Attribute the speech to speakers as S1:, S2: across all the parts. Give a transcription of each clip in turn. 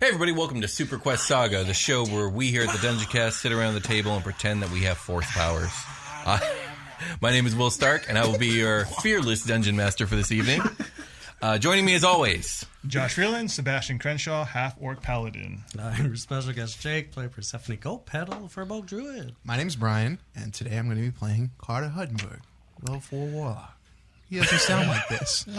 S1: Hey everybody, welcome to Super Quest Saga, the show where we here at the Dungeon Cast sit around the table and pretend that we have force powers. Uh, my name is Will Stark, and I will be your fearless dungeon master for this evening. Uh, joining me as always,
S2: Josh Freeland, Sebastian Crenshaw, half orc paladin.
S3: I'm your special guest Jake, play Persephone Gold Pedal, Firbolg Druid.
S4: My name's Brian, and today I'm going to be playing Carter Huddenberg,
S3: Oh,
S4: level 4 Warlock. He doesn't sound like this.
S3: He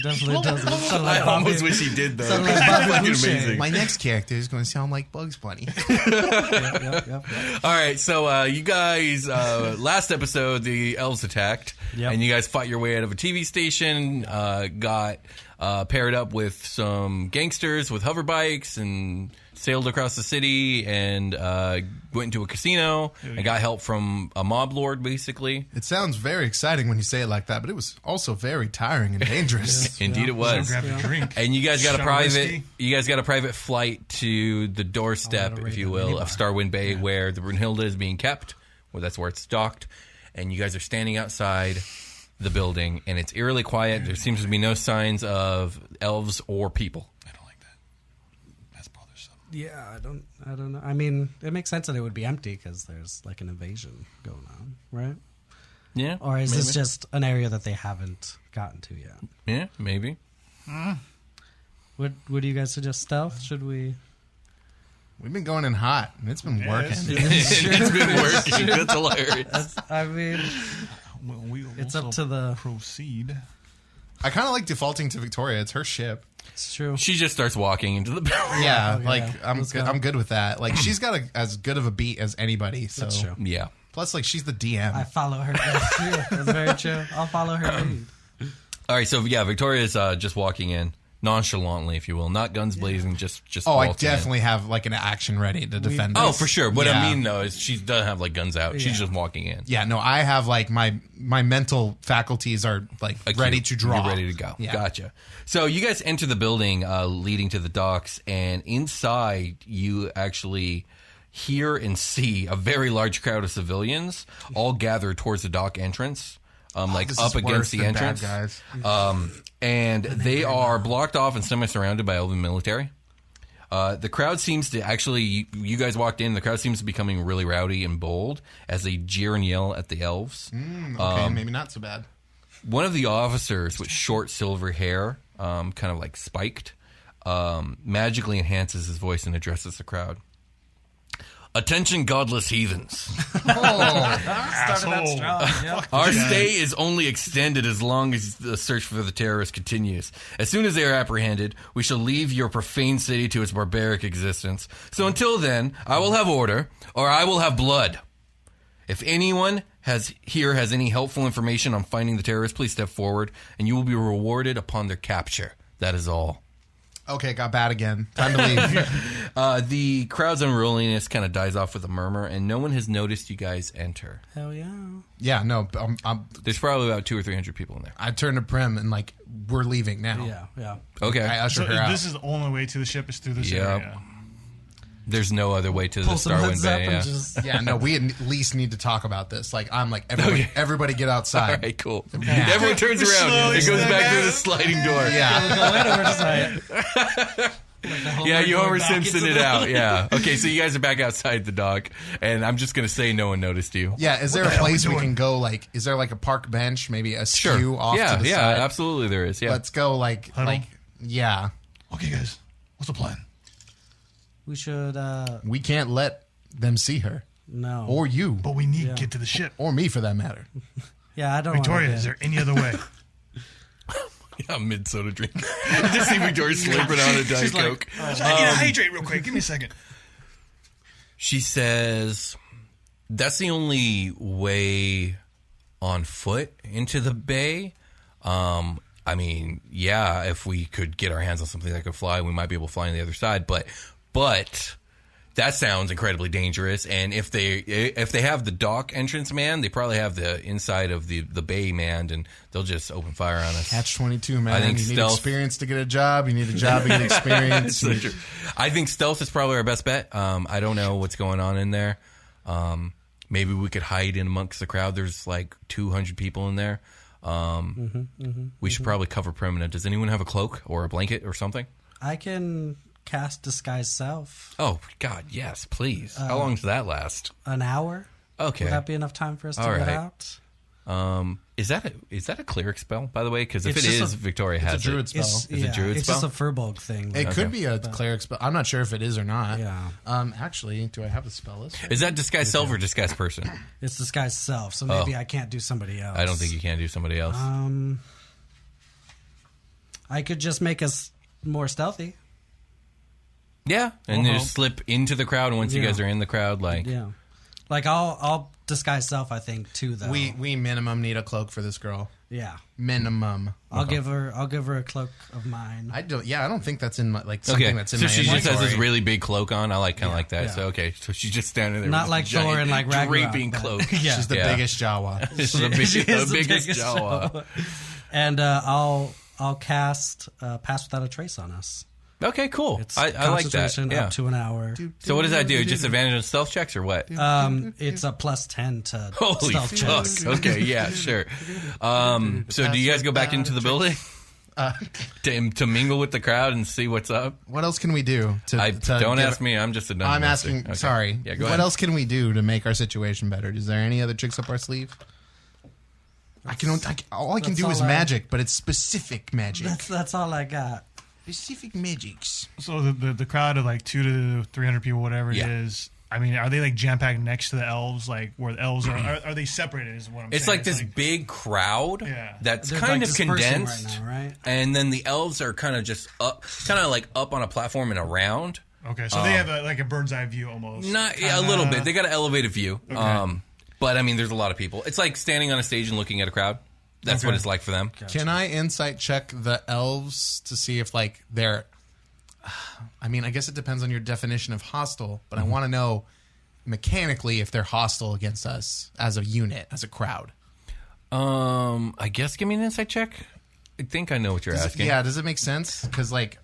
S3: definitely does. It's sort of like Bobby-
S5: wish he did though.
S3: sort of like Bobby
S5: Fucking
S3: Boucher.
S5: amazing.
S4: My next character is going to sound like Bugs Bunny.
S3: Yep, yep, yep, yep.
S1: All right, so uh, you guys, uh, last episode, the elves attacked,
S3: Yep.
S1: and you guys fought your way out of a TV station, uh, got uh, paired up with some gangsters with hover bikes, and sailed across the city, and uh, went into a casino, and got help from a mob lord, basically.
S4: It sounds very exciting when you say it like that, but it was also very tiring and dangerous.
S1: Indeed, it
S2: Go
S1: was.
S2: grab a drink.
S1: And you guys got a
S2: Shot of
S1: private,
S2: whiskey.
S1: you guys got a private flight to the
S3: Oh,
S1: doorstep, if you will, of Starwind Bay, where the Brunhilde is being kept. Well, that's where it's docked, and you guys are standing outside the building, and it's eerily quiet. There seems to be no signs of elves or people.
S2: I don't like that. That's bothersome.
S3: Yeah, I don't, I don't know. I mean, it makes sense that it would be empty because there's like an invasion going on, right?
S1: Yeah,
S3: Or is this just an area that they haven't gotten to yet?
S1: yeah, maybe.
S3: What What do you guys suggest? Stealth? Should we?
S4: We've been going in hot, and it's been
S2: Yes.
S4: working.
S1: it's been working. That's hilarious.
S3: I mean,
S2: Well, we
S3: It's
S2: also
S3: up to the-
S2: proceed.
S4: I kind of like defaulting to Victoria. It's her ship.
S3: it's true.
S1: She just starts walking into the building.
S4: Yeah,
S3: Oh, yeah.
S4: like I'm
S3: Let's
S4: good,
S3: go.
S4: I'm good with that. Like she's got a, as good of a beat as anybody. So
S3: That's true.
S1: Yeah.
S4: plus, like she's the DM.
S3: I follow her. That's true. That's very true. I'll follow her lead.
S1: All right. So yeah, Victoria's uh, just walking in nonchalantly, if you will, not guns blazing, just just.
S4: oh, I
S1: waltzing in.
S4: definitely have like an action ready to defend.
S1: Oh,
S4: us.
S1: for sure. What I
S4: Yeah.
S1: mean though is she doesn't have like guns out. She's
S3: Yeah.
S1: just walking in.
S4: Yeah, no, I have like my my mental faculties are like
S1: Like,
S4: ready
S1: you-
S4: to draw.
S1: You're ready to go.
S4: Yeah.
S1: Gotcha. So you guys enter the building uh, leading to the docks, and inside you actually hear and see a very large crowd of civilians all gathered towards the dock entrance, um, like
S4: this
S1: up
S4: is
S1: against
S4: worse
S1: the
S4: than Bad
S1: entrance.
S4: Guys.
S1: Um, and they are blocked off and semi surrounded by elven military. Uh, the crowd seems to actually, you, you guys walked in, the crowd seems to be becoming really rowdy and bold as they jeer and yell at the elves.
S4: Okay,
S1: Um,
S4: maybe not so bad.
S1: One of the officers with short silver hair, um, kind of like spiked, um, magically enhances his voice and addresses the crowd. Attention, godless heathens.
S2: Asshole.
S1: Our stay is only extended as long as the search for the terrorists continues. As soon as they are apprehended, we shall leave your profane city to its barbaric existence. So until then, I will have order, or I will have blood. If anyone has here has any helpful information on finding the terrorists, please step forward, and you will be rewarded upon their capture. That is all.
S4: Okay, got bad again. Time to leave.
S1: Uh, the crowd's unruliness kind of dies off with a murmur, and no one has noticed you guys enter.
S3: Hell yeah.
S4: yeah, no, I'm, I'm,
S1: There's probably about two or three hundred people in there.
S4: I turned to Prim and like we're leaving now.
S3: Yeah, yeah.
S1: Okay,
S4: I usher
S2: So
S4: her out.
S2: this is the only way to the ship is through this
S1: Yep.
S2: area.
S1: There's no other way to the
S3: Pull some
S1: Starwind
S3: hoods up
S1: Bay. Yeah.
S3: and just
S4: yeah, no, we at least need to talk about this. Like I'm like everybody, everybody get
S1: All
S4: outside.
S1: right, cool. Everyone turns around.
S2: Slowly
S1: it goes
S2: step
S1: back
S2: out.
S1: through the sliding door.
S4: Yeah.
S3: go in and we're just like,
S1: Yeah, you Homer
S3: back into
S1: Simpson it out. Yeah. Okay, so you guys are back outside the dock, and I'm just gonna say no one noticed you.
S4: Yeah, is there a place we can go? Like, is there like a park bench, maybe a skew off
S1: yeah,
S4: to the
S1: yeah,
S4: side?
S1: absolutely there is. Yeah.
S4: Let's go. Like,
S2: Huddle.
S4: like, yeah,
S2: Okay, guys, what's the plan?
S3: we should uh
S4: we can't let them see her
S3: no.
S4: or you
S2: But we need to
S3: Yeah.
S2: get to the ship.
S4: or me for that matter.
S3: yeah, I don't.
S2: Victoria,
S3: wanna
S2: is there any other way?
S1: yeah, mid soda drink. just see Victoria slurping on a Diet Coke. Um,
S2: I need to hydrate real quick. Give me a second.
S1: She says, "That's the only way on foot into the bay." Um, I mean, yeah, if we could get our hands on something that could fly, we might be able to fly on the other side. But, but that sounds incredibly dangerous. And if they if they have the dock entrance manned, they probably have the inside of the the bay manned, and they'll just open fire on us.
S4: Catch twenty two, man.
S1: I think
S4: you
S1: stealth-
S4: need experience to get a job. You need a job to get experience. You need-
S1: I think stealth is probably our best bet. Um, I don't know what's going on in there. Um, maybe we could hide in amongst the crowd. There's like 200 people in there. Um,
S4: Mm-hmm,
S1: we should probably cover perimeter. Does anyone have a cloak or a blanket or something?
S3: I can cast disguise self
S1: Oh God, yes, please.
S4: Um,
S1: How long does that last?
S3: an hour.
S1: Okay.
S3: Would that be enough time for us to
S1: All
S3: get
S1: right.
S3: out?
S1: um, is that a is that a cleric spell by the way? Because if
S4: It's
S1: it
S4: just
S1: is,
S4: a-
S1: Victoria
S4: It's a
S1: has
S4: druid
S1: it.
S4: spell.
S3: It's,
S1: Is it
S3: yeah,
S1: druid
S3: it's
S1: spell?
S3: just a Furbolg thing.
S4: It could be a cleric spell. I'm not sure if it is or not.
S3: Yeah.
S4: Um. Actually, do I have a spell list?
S1: Is that disguise self or disguise person?
S3: it's disguise self, so maybe I can't do somebody else.
S1: Oh. I don't think you can do somebody else.
S4: Uh,
S3: Um, I could just make us more stealthy.
S1: yeah, and
S4: uh-huh.
S2: Well,
S1: just slip into the crowd. And once you
S3: Yeah.
S1: guys are in the crowd, like
S3: Yeah, like I'll I'll disguise self. I think too though.
S4: We we minimum need a cloak for this girl.
S3: yeah.
S4: Minimum.
S3: I'll give her I'll give her a cloak of mine.
S4: I don't. Yeah, I don't think that's in my like something
S1: okay,
S4: that's in
S1: so
S4: my
S1: she just has this
S4: inventory.
S1: really big cloak on. I like kind of like that.
S3: yeah.
S1: So okay, so she's just standing there,
S3: Not
S1: with
S3: like
S1: a giant
S3: Thor and, like, Ragnarok,
S1: draping
S3: but-
S1: cloak.
S3: Yeah.
S4: She's the
S1: Yeah.
S4: biggest Jawa.
S1: This is the biggest,
S3: She is
S1: the biggest, Jawa.
S3: Jawa. And uh, I'll I'll cast uh, pass without a trace on us.
S1: Okay, cool.
S3: It's
S1: I, I like that.
S3: concentration
S1: Yeah.
S3: up to an hour.
S1: So what does that do? Just advantage on stealth checks or what?
S3: Um, it's a plus ten to
S1: Holy
S3: stealth
S1: fuck.
S3: checks.
S1: Okay, yeah, sure. Um, so do you guys go back into the building
S3: Uh,
S1: to, to mingle with the crowd and see what's up?
S4: What else can we do? To,
S1: I
S4: to
S1: don't
S4: give-
S1: ask me. I'm just a dungeon
S4: I'm
S1: master.
S4: asking.
S1: Okay.
S4: Sorry.
S1: Yeah, go
S4: what
S1: ahead.
S4: else can we do to make our situation better? Is there any other tricks up our sleeve? I can. I, can- all I can
S3: that's
S4: do is
S3: all I-
S4: magic, but it's specific magic.
S3: That's that's all I got.
S4: Specific magics.
S2: So the, the the crowd of like two to three hundred people, whatever it
S1: Yeah.
S2: is. I mean, are they like jam packed next to the elves, like where the elves are? Are, are they separated? Is what I'm
S1: It's
S2: saying.
S1: like this big crowd
S2: Yeah.
S1: that's
S3: They're,
S1: kind of
S3: like, dispersing right
S1: condensed,
S3: now, right?
S1: and then the elves are kind of just up, kind of like up on a platform and around.
S2: okay, so they have a, like a bird's eye view almost.
S1: Not yeah, a little bit. They got to elevate a view. Um, but I mean, there's a lot of people. It's like standing on a stage and looking at a crowd. That's what it's like for them.
S4: Can I insight check the elves to see if like they're? I mean, I guess it depends on your definition of hostile, but I want to know mechanically if they're hostile against us as a unit, as a crowd.
S1: Um, I guess give me an insight check. I think I know what you're
S4: Does it-
S1: asking.
S4: yeah, does it make sense? Because like,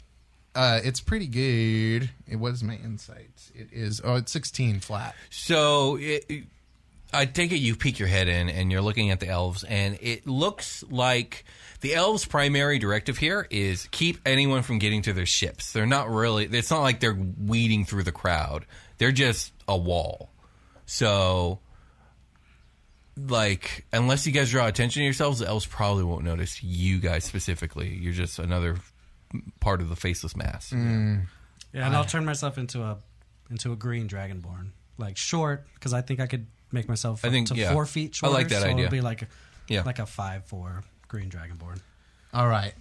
S4: uh, it's pretty good. It was my insight. It is oh, it's sixteen flat.
S1: So it, it- I take it you peek your head in and you're looking at the elves, and it looks like the elves' primary directive here is keep anyone from getting to their ships. They're not really. It's not like they're weeding through the crowd. They're just a wall. So. Like, unless you guys draw attention to yourselves, the elves probably won't notice you guys specifically. You're just another part of the faceless mass.
S3: Yeah, and I'll turn myself into a into a green dragonborn, like short, because I think I could make myself
S1: I
S3: up
S1: think,
S3: to
S1: yeah.
S3: four feet
S1: I
S3: shorter.
S1: like that
S3: so
S1: idea.
S3: It'll be like a,
S1: Yeah.
S3: like a five four green dragonborn.
S4: All right.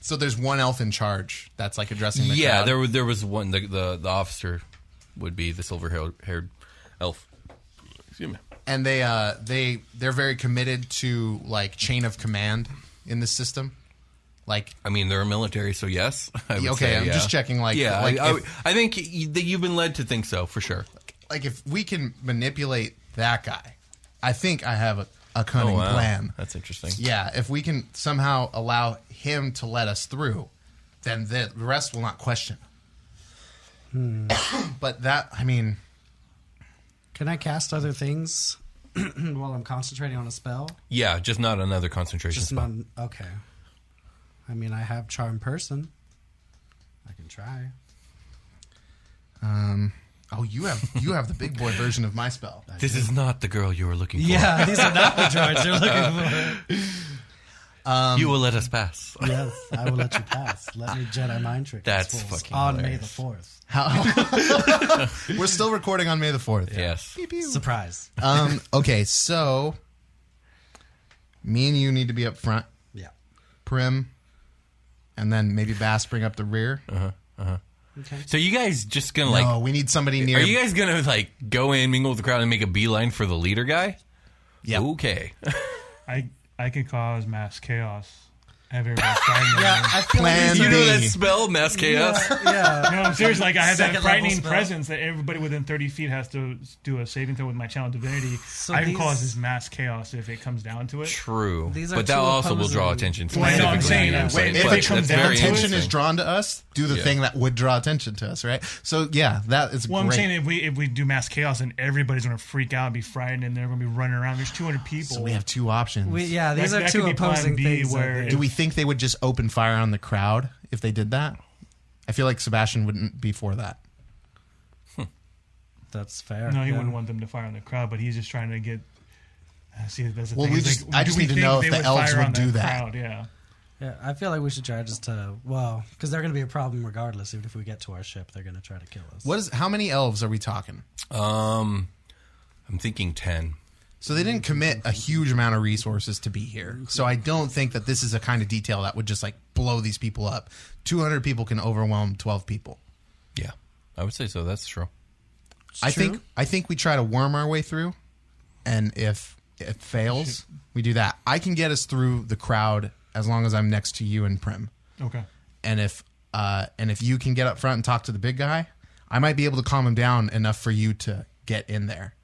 S4: So there's one elf in charge that's like addressing the
S1: yeah,
S4: crowd.
S1: there there there was one. The the, the officer would be the silver haired, haired elf. Excuse me.
S4: and they uh they they're very committed to like chain of command in this system. Like
S1: I mean, they're a military, so yes. I would
S4: Okay,
S1: say,
S4: I'm
S1: yeah.
S4: just checking, like-
S1: yeah,
S4: like
S1: I, I,
S4: if-
S1: I think you, that you've been led to think so for sure.
S4: like if we can manipulate that guy, I think I have a, a cunning plan.
S1: Oh, that's interesting.
S4: Yeah, if we can somehow allow him to let us through, then the the rest will not question.
S1: Hmm.
S4: but that, I mean,
S3: Can I cast other things while I'm concentrating on a spell?
S1: Yeah, just not another concentration
S3: Just
S1: spell.
S3: not okay. I mean, I have charm person. I can try.
S4: um, oh, you have you have the big boy version of my spell.
S1: This is not the girl you were looking for.
S3: Yeah, these are not the droids you're looking for.
S4: um,
S1: you will let us pass.
S3: Yes, I will let you pass. Let me Jedi mind trick. these
S1: That's
S3: fools
S1: fucking
S3: on May
S1: hilarious.
S3: the fourth.
S4: We're still recording on May the fourth.
S1: Yes.
S3: Surprise.
S4: Um, okay, so me and you need to be up front,
S3: Yeah.
S4: Prim, and then maybe Bass bring up the rear.
S3: Okay.
S1: So you guys just gonna like?
S4: no, we need somebody near.
S1: Are you guys gonna like go in, mingle with the crowd, and make a beeline for the leader guy?
S4: Yeah.
S1: Okay.
S2: I I can cause mass chaos. Have everybody find me.
S3: I feel
S4: Plan
S1: you know
S4: B.
S1: that spell, mass chaos.
S2: Uh,
S3: yeah.
S2: No, I'm serious. Like I have that
S3: Second level
S2: frightening
S3: spell.
S2: presence that everybody within 30 feet has to do a saving throw with my channel divinity. I can
S3: these-
S2: cause this mass chaos if it comes down to it.
S1: True,
S3: These are
S1: but that
S3: two
S1: also will draw
S3: opposing-
S1: attention.
S2: I know,
S1: Specifically,
S2: I'm saying
S1: to you,
S2: that.
S1: but-
S2: Wait,
S4: if
S1: but
S4: it comes
S1: that's
S4: down,
S1: very
S4: attention is
S1: interesting.
S4: drawn to us. Do the
S1: Yeah.
S4: thing that would draw attention to us, right? So yeah, that is
S2: Well, I'm
S4: great.
S2: saying if we if we do mass chaos, then everybody's gonna freak out, and be frightened, and they're gonna be running around. There's 200 people.
S4: so we have two options.
S3: We, yeah, these
S2: That-
S3: are
S2: that
S3: two
S2: could be plan
S3: opposing
S2: B
S3: things. I
S2: where
S3: think.
S4: Do we think they would just open fire on the crowd if they did that? I feel like Sebastian wouldn't be for that.
S3: That's fair.
S2: No, he
S3: yeah.
S2: wouldn't want them to fire on the crowd, but he's just trying to get. Uh, See, that's the
S4: Well,
S2: thing.
S4: we
S2: is,
S4: just-
S2: like,
S4: I
S2: do
S4: just
S2: we
S4: need to
S2: think
S4: know if
S2: they
S4: the elves
S2: fire
S4: would
S2: on
S4: do that.
S2: Crowd? Yeah,
S3: Yeah, I feel like we should try just to well, because they're going to be a problem regardless. Even if we get to our ship, they're going to try to kill us.
S4: What is how many elves are we talking?
S1: Um, I'm thinking ten.
S4: So they didn't commit a huge amount of resources to be here. So I don't think that this is a kind of detail that would just like blow these people up. 200 people can overwhelm 12 people.
S1: Yeah, I would say so. That's true.
S4: I
S3: true.
S4: think I think we try to worm our way through, and if it fails, we do that. I can get us through the crowd as long as I'm next to you and Prim.
S2: okay.
S4: And if uh, and if you can get up front and talk to the big guy, I might be able to calm him down enough for you to get in there.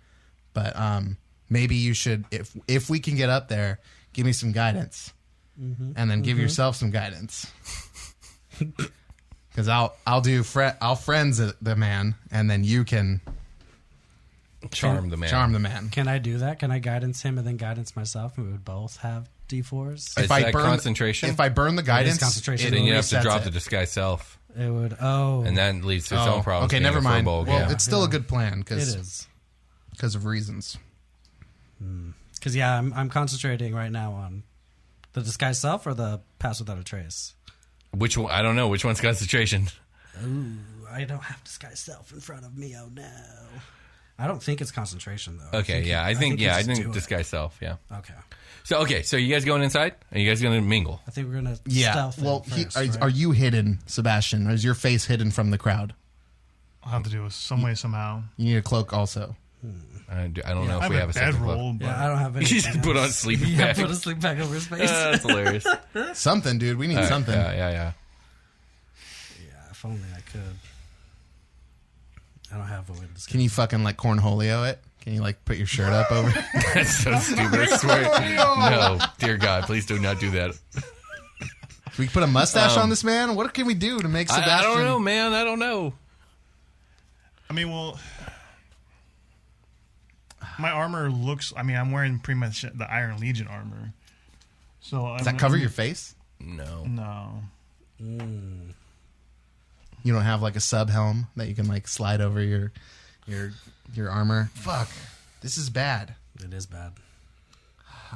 S4: But um, maybe you should if if we can get up there, give me some guidance, and then give yourself some guidance. Because I'll I'll do fre- I'll friends it- the man, and then you can
S1: Charm the man.
S4: charm the man.
S3: Can I do that? Can I guidance him and then guidance myself? And we would both have D fours.
S1: Is that concentration?
S4: if I burn the guidance,
S3: concentration.
S4: it
S3: Then
S1: Then you have to
S4: resets
S1: drop
S4: it.
S1: the disguise self,
S3: It would. Oh,
S1: and that leads to its
S4: Oh,
S1: own problems.
S4: okay,
S1: being
S4: never
S1: a
S4: mind.
S1: furball
S4: well,
S1: game.
S4: it's still a good plan
S3: it
S4: because
S3: is.
S4: of reasons.
S3: Because yeah, I'm I'm concentrating right now on the disguise self or the pass without a trace.
S1: which one? I don't know. Which one's concentration?
S3: I don't have disguise self in front of me. Oh no. I don't think it's concentration though. I
S1: Okay,
S3: think
S1: yeah,
S3: you-
S1: I think
S3: you
S1: yeah, I
S3: just do
S1: think
S3: it.
S1: disguise self. Yeah.
S3: Okay.
S1: So okay, so you guys going inside? Are you guys going to mingle?
S3: I think we're gonna
S4: Yeah.
S3: stealth. him
S4: well,
S3: first,
S4: he, are,
S3: right?
S4: are you hidden, Sebastian? Or is your face hidden from the crowd?
S2: I'll have to do it some way somehow.
S4: You need a cloak also.
S1: I do- I don't know
S2: I
S1: if we have a second
S2: bedroll,
S1: roll.
S2: but
S3: Yeah, I don't have any.
S1: You just put on a sleeping
S3: Yeah,
S1: bag.
S3: put a sleep bag over his face.
S1: Uh, that's hilarious.
S4: Something, dude. We need something.
S1: Yeah, yeah, yeah.
S3: yeah, if only I could. I don't have a way to disguise.
S4: Can you fucking like cornholio it? Can you like put your shirt up over?
S1: That's so stupid. I swear. No, dear God, please do not do that.
S4: we can put a mustache on this man. What can we do to make Sebastian?
S1: Um, I, I don't know, man. I don't know.
S2: I mean, well, my armor looks. I mean, I'm wearing pretty much the Iron Legion armor. So
S4: Does that cover your face?
S1: No.
S2: No.
S4: You don't have like a sub helm that you can like slide over your your your armor. Fuck, this is bad.
S3: It is bad.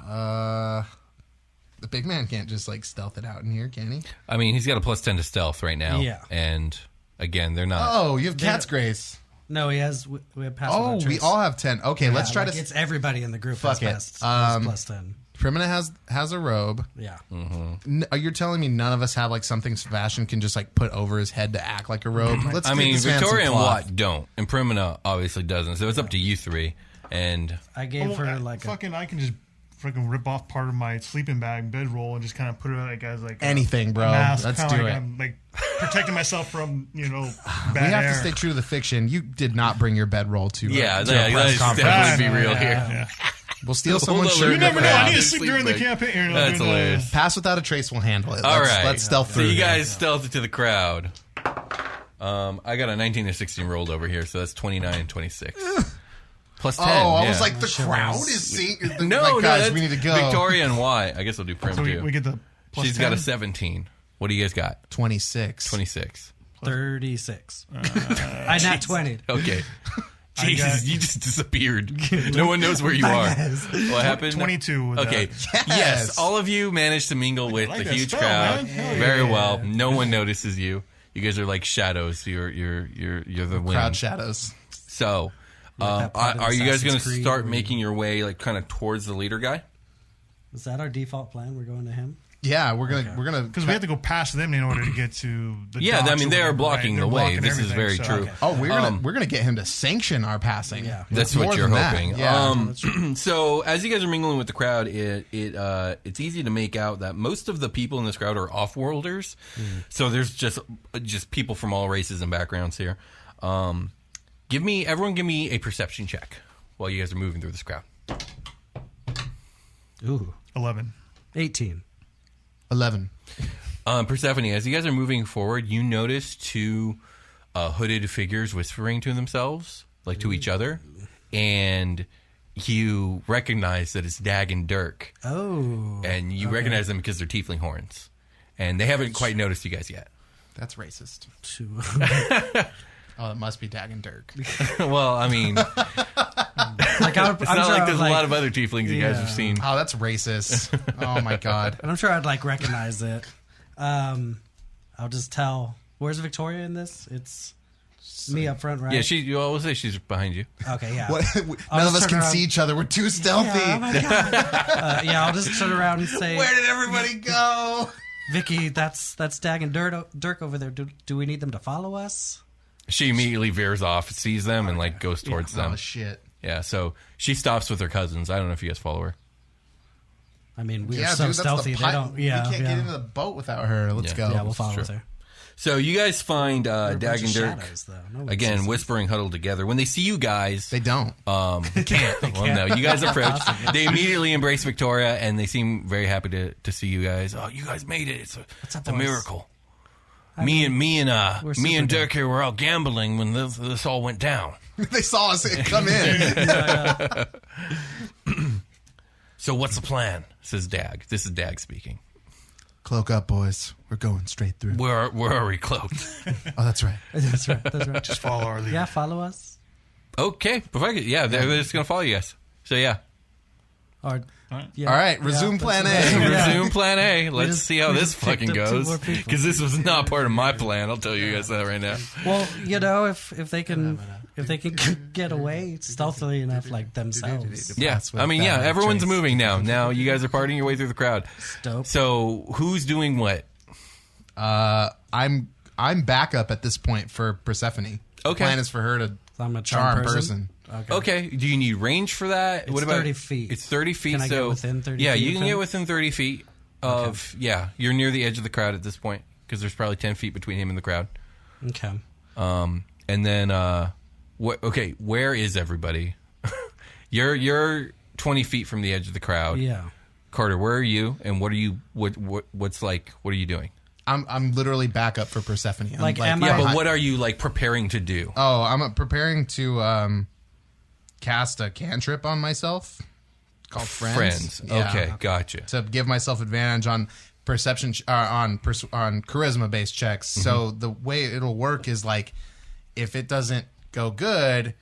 S4: Uh, the big man can't just like stealth it out in here, can he?
S1: I mean, he's got a plus ten to stealth right now.
S3: Yeah.
S1: And again, they're not.
S4: Oh, you have cat's grace.
S3: No, he has. We, we have pass.
S4: Oh,
S3: without
S4: we
S3: trace.
S4: all have ten. Okay, let's
S3: Yeah,
S4: try
S3: like,
S4: to.
S3: It's everybody in the group.
S4: Fuck
S3: Fuck
S4: it.
S3: has has
S4: Um,
S3: plus ten.
S4: Primina has has a robe.
S3: Yeah.
S4: N- Are you telling me none of us have like something Sebastian can just like put over his head to act like a robe? Let's
S1: I
S4: get
S1: mean,
S4: this man some
S1: Victoria and
S4: cloth.
S1: Watt don't, and Primina obviously doesn't. So it's up to you three. And
S3: I gave
S2: Well, I-
S3: her like a,
S2: fucking, I can just freaking rip off part of my sleeping bag bedroll and just kind of put it like as like a
S4: Anything, bro.
S2: mask,
S4: Let's
S2: kinda
S4: do
S2: like
S4: it.
S2: I'm like protecting myself from you know bad
S4: We have
S2: air.
S4: to stay true to the fiction. You did not bring your bedroll to. uh,
S1: yeah,
S4: to
S1: yeah,
S4: a press
S1: let's
S4: conference.
S1: definitely be
S2: Yeah,
S1: real here.
S2: yeah, yeah.
S4: We'll steal
S1: Hold
S4: someone's
S1: on,
S4: shirt.
S2: You
S4: in
S2: never
S4: the
S2: know. I
S4: crowd.
S2: need to
S1: Just
S2: sleep
S1: sleep
S2: during the
S1: break.
S2: campaign. You know,
S1: That's
S2: during the-
S1: hilarious.
S4: Pass without a trace. We'll handle it. Let's,
S1: All right.
S4: let's stealth
S1: So
S4: through.
S1: you
S4: here.
S1: guys stealth it to the crowd. Um, I got a 19 or 16 rolled over here, so that's 29 and 26. Plus 10.
S4: Oh, I was
S1: yeah.
S4: like, the
S3: Sure.
S4: crowd is seeing.
S1: no,
S4: like,
S1: no,
S4: guys,
S1: that's
S4: we need to go.
S1: Victoria and Y. I guess I'll do Prim
S2: So we,
S1: too.
S2: we get the. Plus
S1: She's
S2: 10?
S1: got a 17. What do you guys got?
S4: twenty six.
S1: 26.
S3: thirty six. I nat twenty.
S1: Okay. Jesus,
S2: got-
S1: you just disappeared. No one knows where you are. What happened?
S2: 22 with uh,
S1: Okay.
S4: Yes.
S1: Yes. all of you managed to mingle with
S2: like
S1: the
S2: that
S1: huge
S2: spell,
S1: crowd
S2: man. Hell
S1: very well. No one notices you. You guys are like shadows. You're you're you're you're the wind.
S4: Crowd shadows.
S1: So, um,
S3: that part
S1: are,
S3: of
S1: are you guys
S3: Assassin's
S1: going to
S3: Creed
S1: start
S3: where
S1: making your way like kind of towards the leader guy?
S3: Is that our default plan? We're going to him.
S4: Yeah, we're gonna we're gonna
S2: Because we have to go past them in order to get to the.
S1: Yeah,
S2: docks
S1: I mean,
S2: or
S1: they are
S2: whatever,
S1: blocking
S2: right?
S1: the
S2: They're
S1: way.
S2: blocking
S1: This is
S2: everything,
S1: very
S2: so-
S1: true.
S2: Okay.
S4: Oh, we're gonna we're gonna get him to sanction our passing.
S3: Yeah.
S4: It's
S1: Um, That's
S4: more
S1: what you're
S4: than that.
S1: hoping.
S4: Yeah.
S1: Um, so as you guys are mingling with the crowd, it it uh, it's easy to make out that most of the people in this crowd are off-worlders.
S4: Hmm.
S1: So there's just uh, just people from all races and backgrounds here. Um, give me everyone, give me a perception check while you guys are moving through this crowd.
S3: Ooh,
S2: Eleven.
S3: eighteen.
S4: Eleven.
S1: Um, Persephone, as you guys are moving forward, you notice two uh, hooded figures whispering to themselves, like to each other, and you recognize that it's Dag and Dirk,
S3: Oh,
S1: and you recognize them because they're tiefling horns, and they haven't quite noticed you guys yet.
S4: That's racist.
S3: to
S4: Oh, it must be Dag and Dirk.
S1: well, I mean, it's
S3: like I would, I'm
S1: not
S3: sure
S1: like
S3: I'd
S1: there's
S3: like,
S1: a lot of other tieflings you guys have
S3: Yeah. Uh,
S1: seen.
S4: Oh, that's racist. Oh my god.
S3: and I'm sure I'd like recognize it. Um, I'll just tell. Where's Victoria in this? It's me up front, right?
S1: Yeah, she. You always say she's behind you.
S3: Okay, yeah.
S4: What? None
S3: I'll
S4: of
S3: just
S4: us
S3: turn
S4: can
S3: around.
S4: see each other. We're too stealthy.
S3: Yeah, oh my God. uh, yeah, I'll just turn around and say,
S4: Where did everybody go?
S3: Vicky, that's that's Dag and Dirk, Dirk over there. Do, do we need them to follow us?
S1: She immediately veers off, sees them, and like goes towards
S4: Oh
S1: them.
S4: shit.
S1: Yeah, so she stops with her cousins. I don't know if you guys follow her.
S3: I mean, we
S4: Yeah,
S3: are so
S4: dude, that's
S3: stealthy.
S4: the
S3: They
S4: pipe.
S3: don't. Yeah,
S4: we can't
S3: yeah.
S4: get into the boat without her. Let's
S1: Yeah.
S4: go.
S3: yeah,
S1: This
S3: we'll
S1: is
S3: follow
S1: true. Uh,
S3: with her.
S1: So you guys find uh,
S3: They're a
S1: Dag and
S3: bunch of
S1: Dirk
S3: shadows, though. No one
S1: again,
S3: sees
S1: whispering, huddled together. When they see you guys,
S4: They don't.
S1: Um, can't. Well, no, you guys approach. they immediately embrace Victoria, and they seem very happy to, to see you guys. Oh, you guys made it! It's a,
S3: up,
S1: it's a
S3: boys?
S1: miracle. me and me and uh,
S3: we're
S1: me and
S3: super
S1: Dirk here were out gambling when this, this all went down.
S4: they saw us come in.
S1: So what's the plan? Says Dag. This is Dag speaking.
S4: Cloak up, boys. We're going straight through.
S1: Where where are we cloaked?
S4: Oh, that's right.
S3: it. That's right. That's right.
S2: Just follow our lead.
S3: yeah, follow us.
S1: okay, perfect. Yeah, they're they're just gonna follow you guys. So yeah,
S3: Or yeah,
S4: All right, resume
S3: yeah,
S4: plan
S3: that's
S4: A.
S3: right. Yeah.
S1: resume plan A. Let's
S3: just-
S1: see how
S3: we
S1: this
S3: just picked
S1: fucking
S3: up two
S1: goes
S3: more people.
S1: because this was not part of my plan. I'll tell you guys that right now.
S3: Well, you know, if if they can if they can get away stealthily enough, like themselves,
S1: Yeah,
S4: That's what
S1: I mean,
S4: that
S1: yeah,
S4: would
S1: everyone's
S4: trace.
S1: moving now. Now you guys are partying your way through the crowd.
S3: dope.
S1: So who's doing what?
S4: Uh, I'm I'm backup at this point for Persephone. The
S1: Okay.
S4: plan is for her to
S3: So I'm a charm
S4: charm person.
S3: person.
S1: Okay, do you need range for that?
S3: It's 30 feet.
S1: It's thirty feet.
S3: Can I get
S1: so
S3: within 30
S1: Yeah,
S3: feet
S1: you
S3: of
S1: can
S3: him?
S1: get within thirty feet of. Yeah, you're near the edge of the crowd at this point because there's probably ten feet between him and the crowd.
S3: Okay.
S1: Um, and then uh, what? Okay, where is everybody? you're you're twenty feet from the edge of the crowd.
S3: Yeah.
S1: Carter, where are you? And what are you? What what what's like? What are you doing?
S4: I'm I'm literally backup for Persephone. I'm
S3: Like, am
S1: Yeah,
S3: I-
S1: but what are you like preparing to do?
S4: Oh, I'm uh, preparing to um, cast a cantrip on myself called Friends.
S1: friends.
S4: Yeah.
S1: Okay, gotcha.
S4: To give myself advantage on perception ch- uh, on pers- on charisma based checks. So the way it'll work is like if it doesn't go good,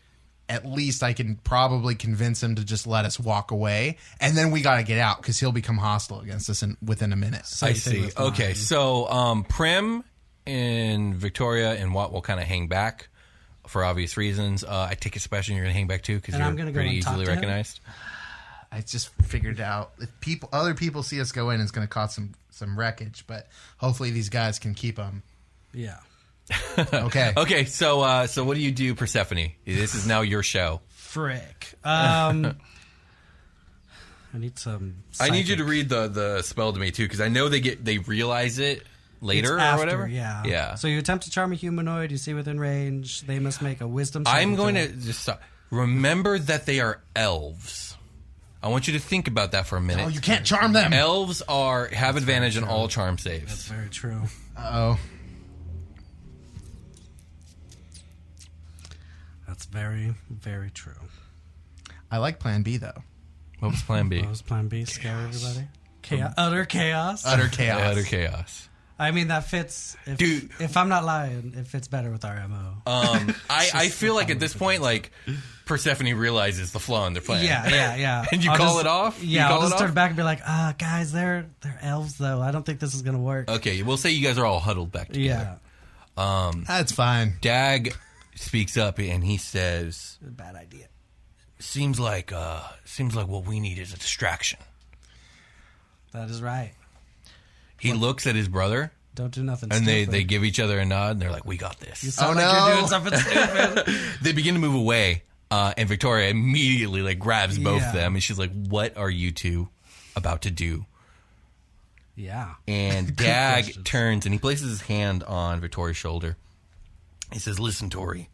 S4: at least I can probably convince him to just let us walk away, and then we got to get out because he'll become hostile against us in, within a minute.
S1: I
S3: Same thing
S1: see.
S3: with mine.
S1: Okay, so um, Prim and Victoria and Watt will kind of hang back for obvious reasons. Uh, I take it, Sebastian, you're going to hang back too because
S3: And
S1: you're
S3: I'm gonna go
S1: pretty
S3: and talk
S1: easily
S3: to him?
S1: recognized.
S4: I just figured out if people, other people see us go in, it's going to cause some some wreckage. But hopefully, these guys can keep them.
S3: Yeah.
S4: Okay.
S1: Okay, so uh, so what do you do, Persephone? This is now your show.
S3: Frick. Um. I need some.
S1: I need you to
S3: psychic-
S1: read the the spell to me too because I know they get they realize it
S3: It's
S1: later or
S3: after,
S1: whatever.
S3: Yeah.
S1: yeah.
S3: So you attempt to charm a humanoid. You see within range. They must make a wisdom.
S1: I'm
S3: saving
S1: going
S3: throw.
S1: to just stop. remember that they are elves. I want you to think about that for a minute.
S4: Oh, you can't charm them.
S1: Elves are have advantage in all charm saves.
S3: Very true.
S4: Oh,
S3: That's very, very true.
S4: I like Plan B though.
S1: What was Plan B?
S3: What was Plan B? Scare everybody. Chaos. Utter chaos.
S1: Uh,
S4: Utter chaos.
S1: Utter chaos.
S3: I mean, that fits. If,
S1: Dude.
S3: if I'm not lying, it fits better with our mo.
S1: Um, I, I feel like at this point, like Persephone realizes the flaw in their plan.
S3: yeah, yeah, yeah.
S1: And you
S3: I'll
S1: call
S3: just-
S1: it off? You
S3: Yeah,
S1: call
S3: I'll
S1: it
S3: just turn
S1: off?
S3: back and be like, ah, guys, they're they're elves though. I don't think this is gonna work.
S1: Okay, we'll say you guys are all huddled back together.
S3: yeah,
S4: That's fine.
S1: Dag speaks up and he says,
S3: bad idea.
S1: "Seems like uh, seems like what we need is a distraction."
S3: That is right.
S1: He looks at his brother
S3: Don't do nothing.
S1: and they,
S3: stupid.
S1: they give each other a nod and they're like, "We got this."
S3: You sound
S4: Oh,
S3: like you're
S4: no.
S3: doing something stupid.
S1: they begin to move away, uh, and Victoria immediately like grabs both
S3: Yeah.
S1: them, and she's like, "What are you two about to do?"
S3: yeah.
S1: And Dag
S3: questions.
S1: turns and he places his hand on Victoria's shoulder. He says, "Listen, Tori,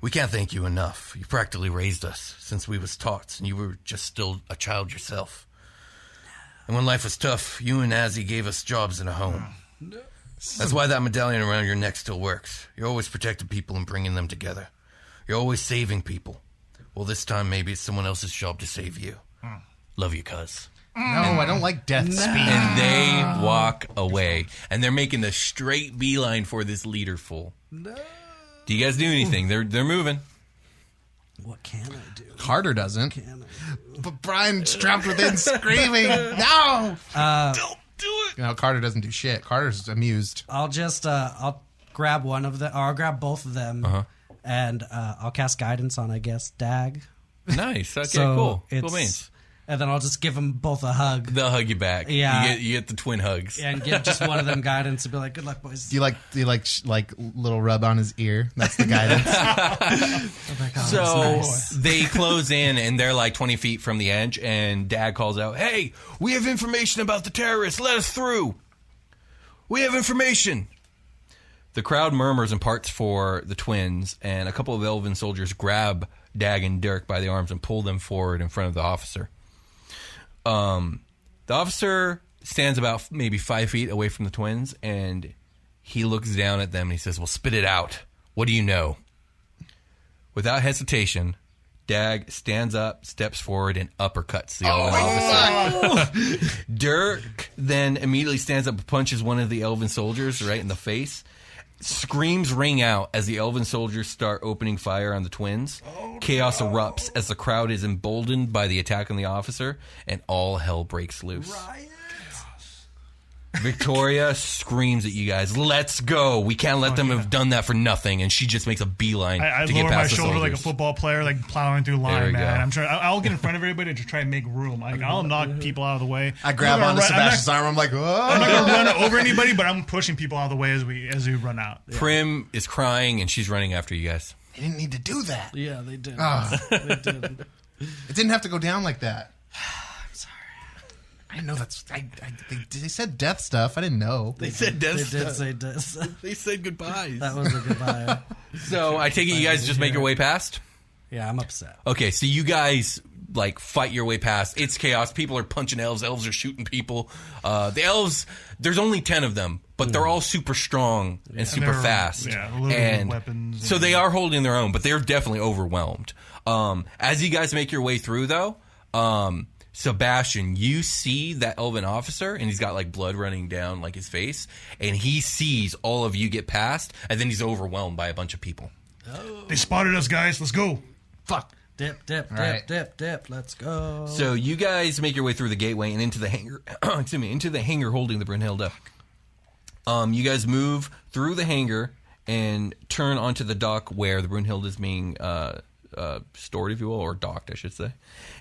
S1: we can't thank you enough. You practically raised us since we was tots, and you were just still a child yourself. And when life was tough, you and Azzy gave us jobs and a home." That's why that medallion around your neck still works. You're always protecting people and bringing them together. You're always saving people. Well, this time maybe it's someone else's job to save you. Love you, cuz.
S4: No, I don't like death speed.
S1: and they walk away and they're making the straight beeline for this leader fool. No. Do you guys do anything? They're they're moving.
S3: What can I do?
S4: Carter doesn't.
S3: Can I-
S4: But Brian's trapped within screaming, No! Uh,
S2: Don't do it.
S4: No, Carter doesn't do shit. Carter's amused.
S3: I'll just uh, I'll grab one of the or I'll grab both of them,
S1: Uh-huh.
S3: and uh, I'll cast guidance on I guess Dag.
S1: Nice. Okay,
S3: so
S1: cool.
S3: It's,
S1: Cool beans.
S3: And then I'll just give them both a hug
S1: They'll hug you back.
S3: Yeah.
S1: You get, you get the twin hugs.
S3: and give just one of them guidance and be like, "Good luck, boys."
S4: Do you like do you like sh- like little rub on his ear? That's the guidance.
S3: I'm like, "Oh,
S1: So
S3: that's nice."
S1: they close in and they're like 20 feet from the edge. And dad calls out, Hey, we have information about the terrorists. Let us through. We have information. The crowd murmurs and parts for the twins. And a couple of elven soldiers grab Dag and Dirk by the arms and pull them forward in front of the officer. Um, the officer stands about maybe five feet away from the twins and he looks down at them and he says, Well, spit it out. What do you know? Without hesitation, Dag stands up, steps forward, and uppercuts the
S2: Oh
S1: elven officer. Dirk then immediately stands up and punches one of the elven soldiers right in the face. Screams ring out as the elven soldiers start opening fire on the twins.
S2: Oh,
S1: Chaos erupts as the crowd is emboldened by the attack on the officer, and all hell breaks loose. Victoria screams at you guys, "Let's go! We can't let them have done that for nothing." And she just makes a beeline
S2: I, Oh, I
S1: to get
S2: lower
S1: past
S2: my
S1: the
S2: shoulder like a
S1: soldiers.
S2: football player, like plowing through
S1: we
S2: line, man.
S1: go.
S2: I'm trying. I- I'll get in front of everybody to try and make room. Like, I'll knock people out of the way.
S4: I grab
S2: I'm not gonna
S4: onto
S2: run-
S4: Sebastian's arm. I'm like,
S2: I'm
S4: oh.
S2: not, I'm not gonna run over anybody, but I'm pushing people out of the way as we as we run out.
S1: Prim is crying and she's running after you guys.
S4: They didn't need to do that.
S3: yeah, they did.
S4: Oh.
S3: they did.
S4: It didn't have to go down like that. I'm sorry. I know that's. I, I, they, they said death stuff. I didn't know.
S1: They said
S3: They did say this.
S1: They said goodbyes.
S3: that was a goodbye.
S1: So I take it you guys just make your way past.
S3: yeah, I'm upset.
S1: Okay, so you guys like fight your way past. It's chaos. People are punching elves. Elves are shooting people. Uh, the elves, there's only ten of them, but they're all super strong and super
S2: they're-
S1: fast.
S2: yeah, loaded with
S1: and
S2: weapons
S1: So
S2: and-
S1: they are holding their own, but they're definitely overwhelmed. Um, as you guys make your way through, though, um, Sebastian, you see that elven officer, and he's got like blood running down like his face, and he sees all of you get past, and then he's overwhelmed by a bunch of people.
S2: They spotted us, guys. Let's go.
S4: Fuck.
S3: Dip, dip, dip,
S4: right.
S3: dip, dip. Let's go.
S1: So you guys make your way through the gateway and into the hangar. excuse me, into the hangar holding the Brunhilde. Um, you guys move through the hangar and turn onto the dock where the Brunhilde is being uh, uh, stored, if you will, or docked, I should say.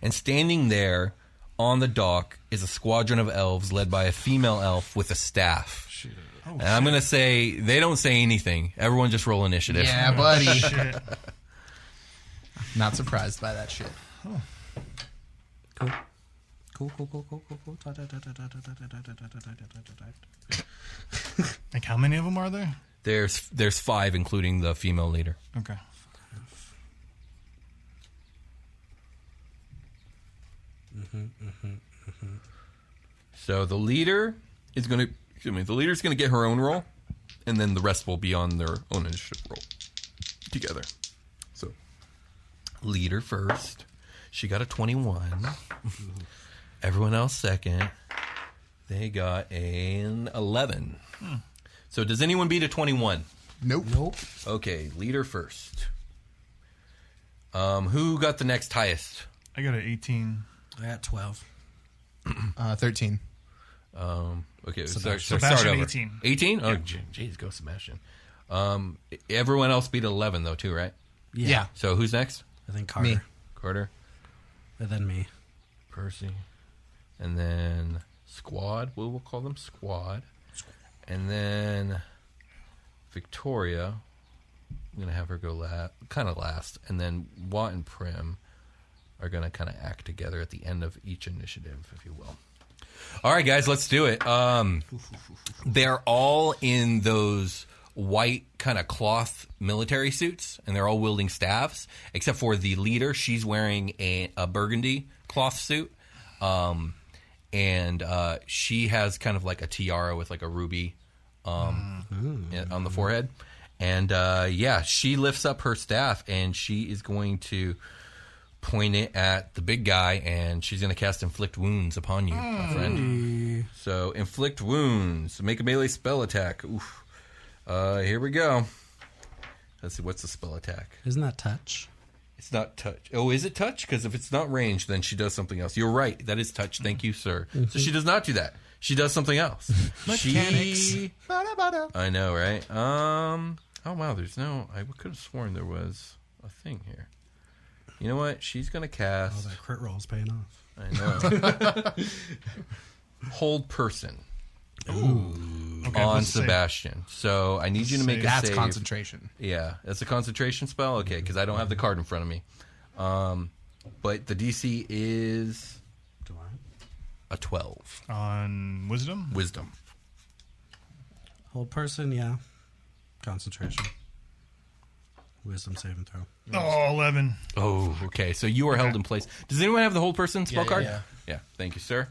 S1: And standing there on the dock is a squadron of elves led by a female elf with a staff. and I'm gonna say they don't say anything. Everyone just roll initiative.
S4: Yeah, buddy.
S2: Shit.
S4: Not surprised by that shit.
S3: Cool. Cool, cool, cool, cool, cool, cool. Da, da, da, da, da, da, da, da, da, da, da, da, da, da, da.
S2: Like, how many of them are there?
S1: There's there's five, including the female leader.
S2: Okay.
S1: So the leader is going to, excuse me, the leader's going to get her own roll, and then the rest will be on their own initiative roll together. So, leader first. She got a 21. Everyone else second. They got an 11. So, does anyone beat a 21?
S4: Nope. Nope.
S1: Okay, leader first. Um, who got the next highest?
S2: I got an 18.
S3: I got 12.
S4: Uh, Thirteen.
S1: Um, okay, so, so
S2: Sebastian,
S1: start over.
S2: 18.
S1: 18? Oh, je- jeez, go Sebastian. Um, everyone else beat 11, though, too, right?
S4: Yeah.
S1: So who's next?
S3: And then Carter.
S4: Me.
S1: Carter,
S3: And then me.
S1: Percy, and then Squad. We'll, we'll call them Squad. And then Victoria. I'm going to have her go la- kind of last. And then Watt and Prim are going to kind of act together at the end of each initiative, if you will. All right, guys, let's do it. Um, they're all in those white kind of cloth military suits, and they're all wielding staves, except for the leader. She's wearing a, a burgundy cloth suit, um, and uh, she has kind of like a tiara with like a ruby um, in- on the forehead. And uh, yeah, she lifts up her staff, and she is going to point it at the big guy, and she's going to cast inflict wounds upon you, my friend. So inflict wounds, make a melee spell attack. Oof. Uh, here we go. Let's see, what's the spell attack?
S3: Isn't that touch?
S1: It's not touch. Oh, is it touch? Because if it's not range, then she does something else. You're right. That is touch. Thank you, sir. So she does not do that. She does something else. She, I know, right? Um. Oh wow, there's no. I could have sworn there was a thing here. You know what? She's gonna cast.
S3: That crit roll's paying off.
S1: I know. Hold person
S2: Okay,
S1: on
S2: let's see.
S1: Sebastian. So I need you to make a
S4: That's
S1: save.
S4: concentration.
S1: Yeah, that's a concentration spell. Okay, because I don't have the card in front of me. Um, but the DC is
S3: Do I?
S1: a twelve.
S2: On wisdom?
S1: Wisdom.
S3: Hold person, yeah. Concentration. Wisdom saving throw.
S2: Oh, 11.
S1: Oh, okay. So you are held in place. Does anyone have the whole person spell
S4: yeah,
S1: card?
S4: yeah.
S1: Thank you, sir.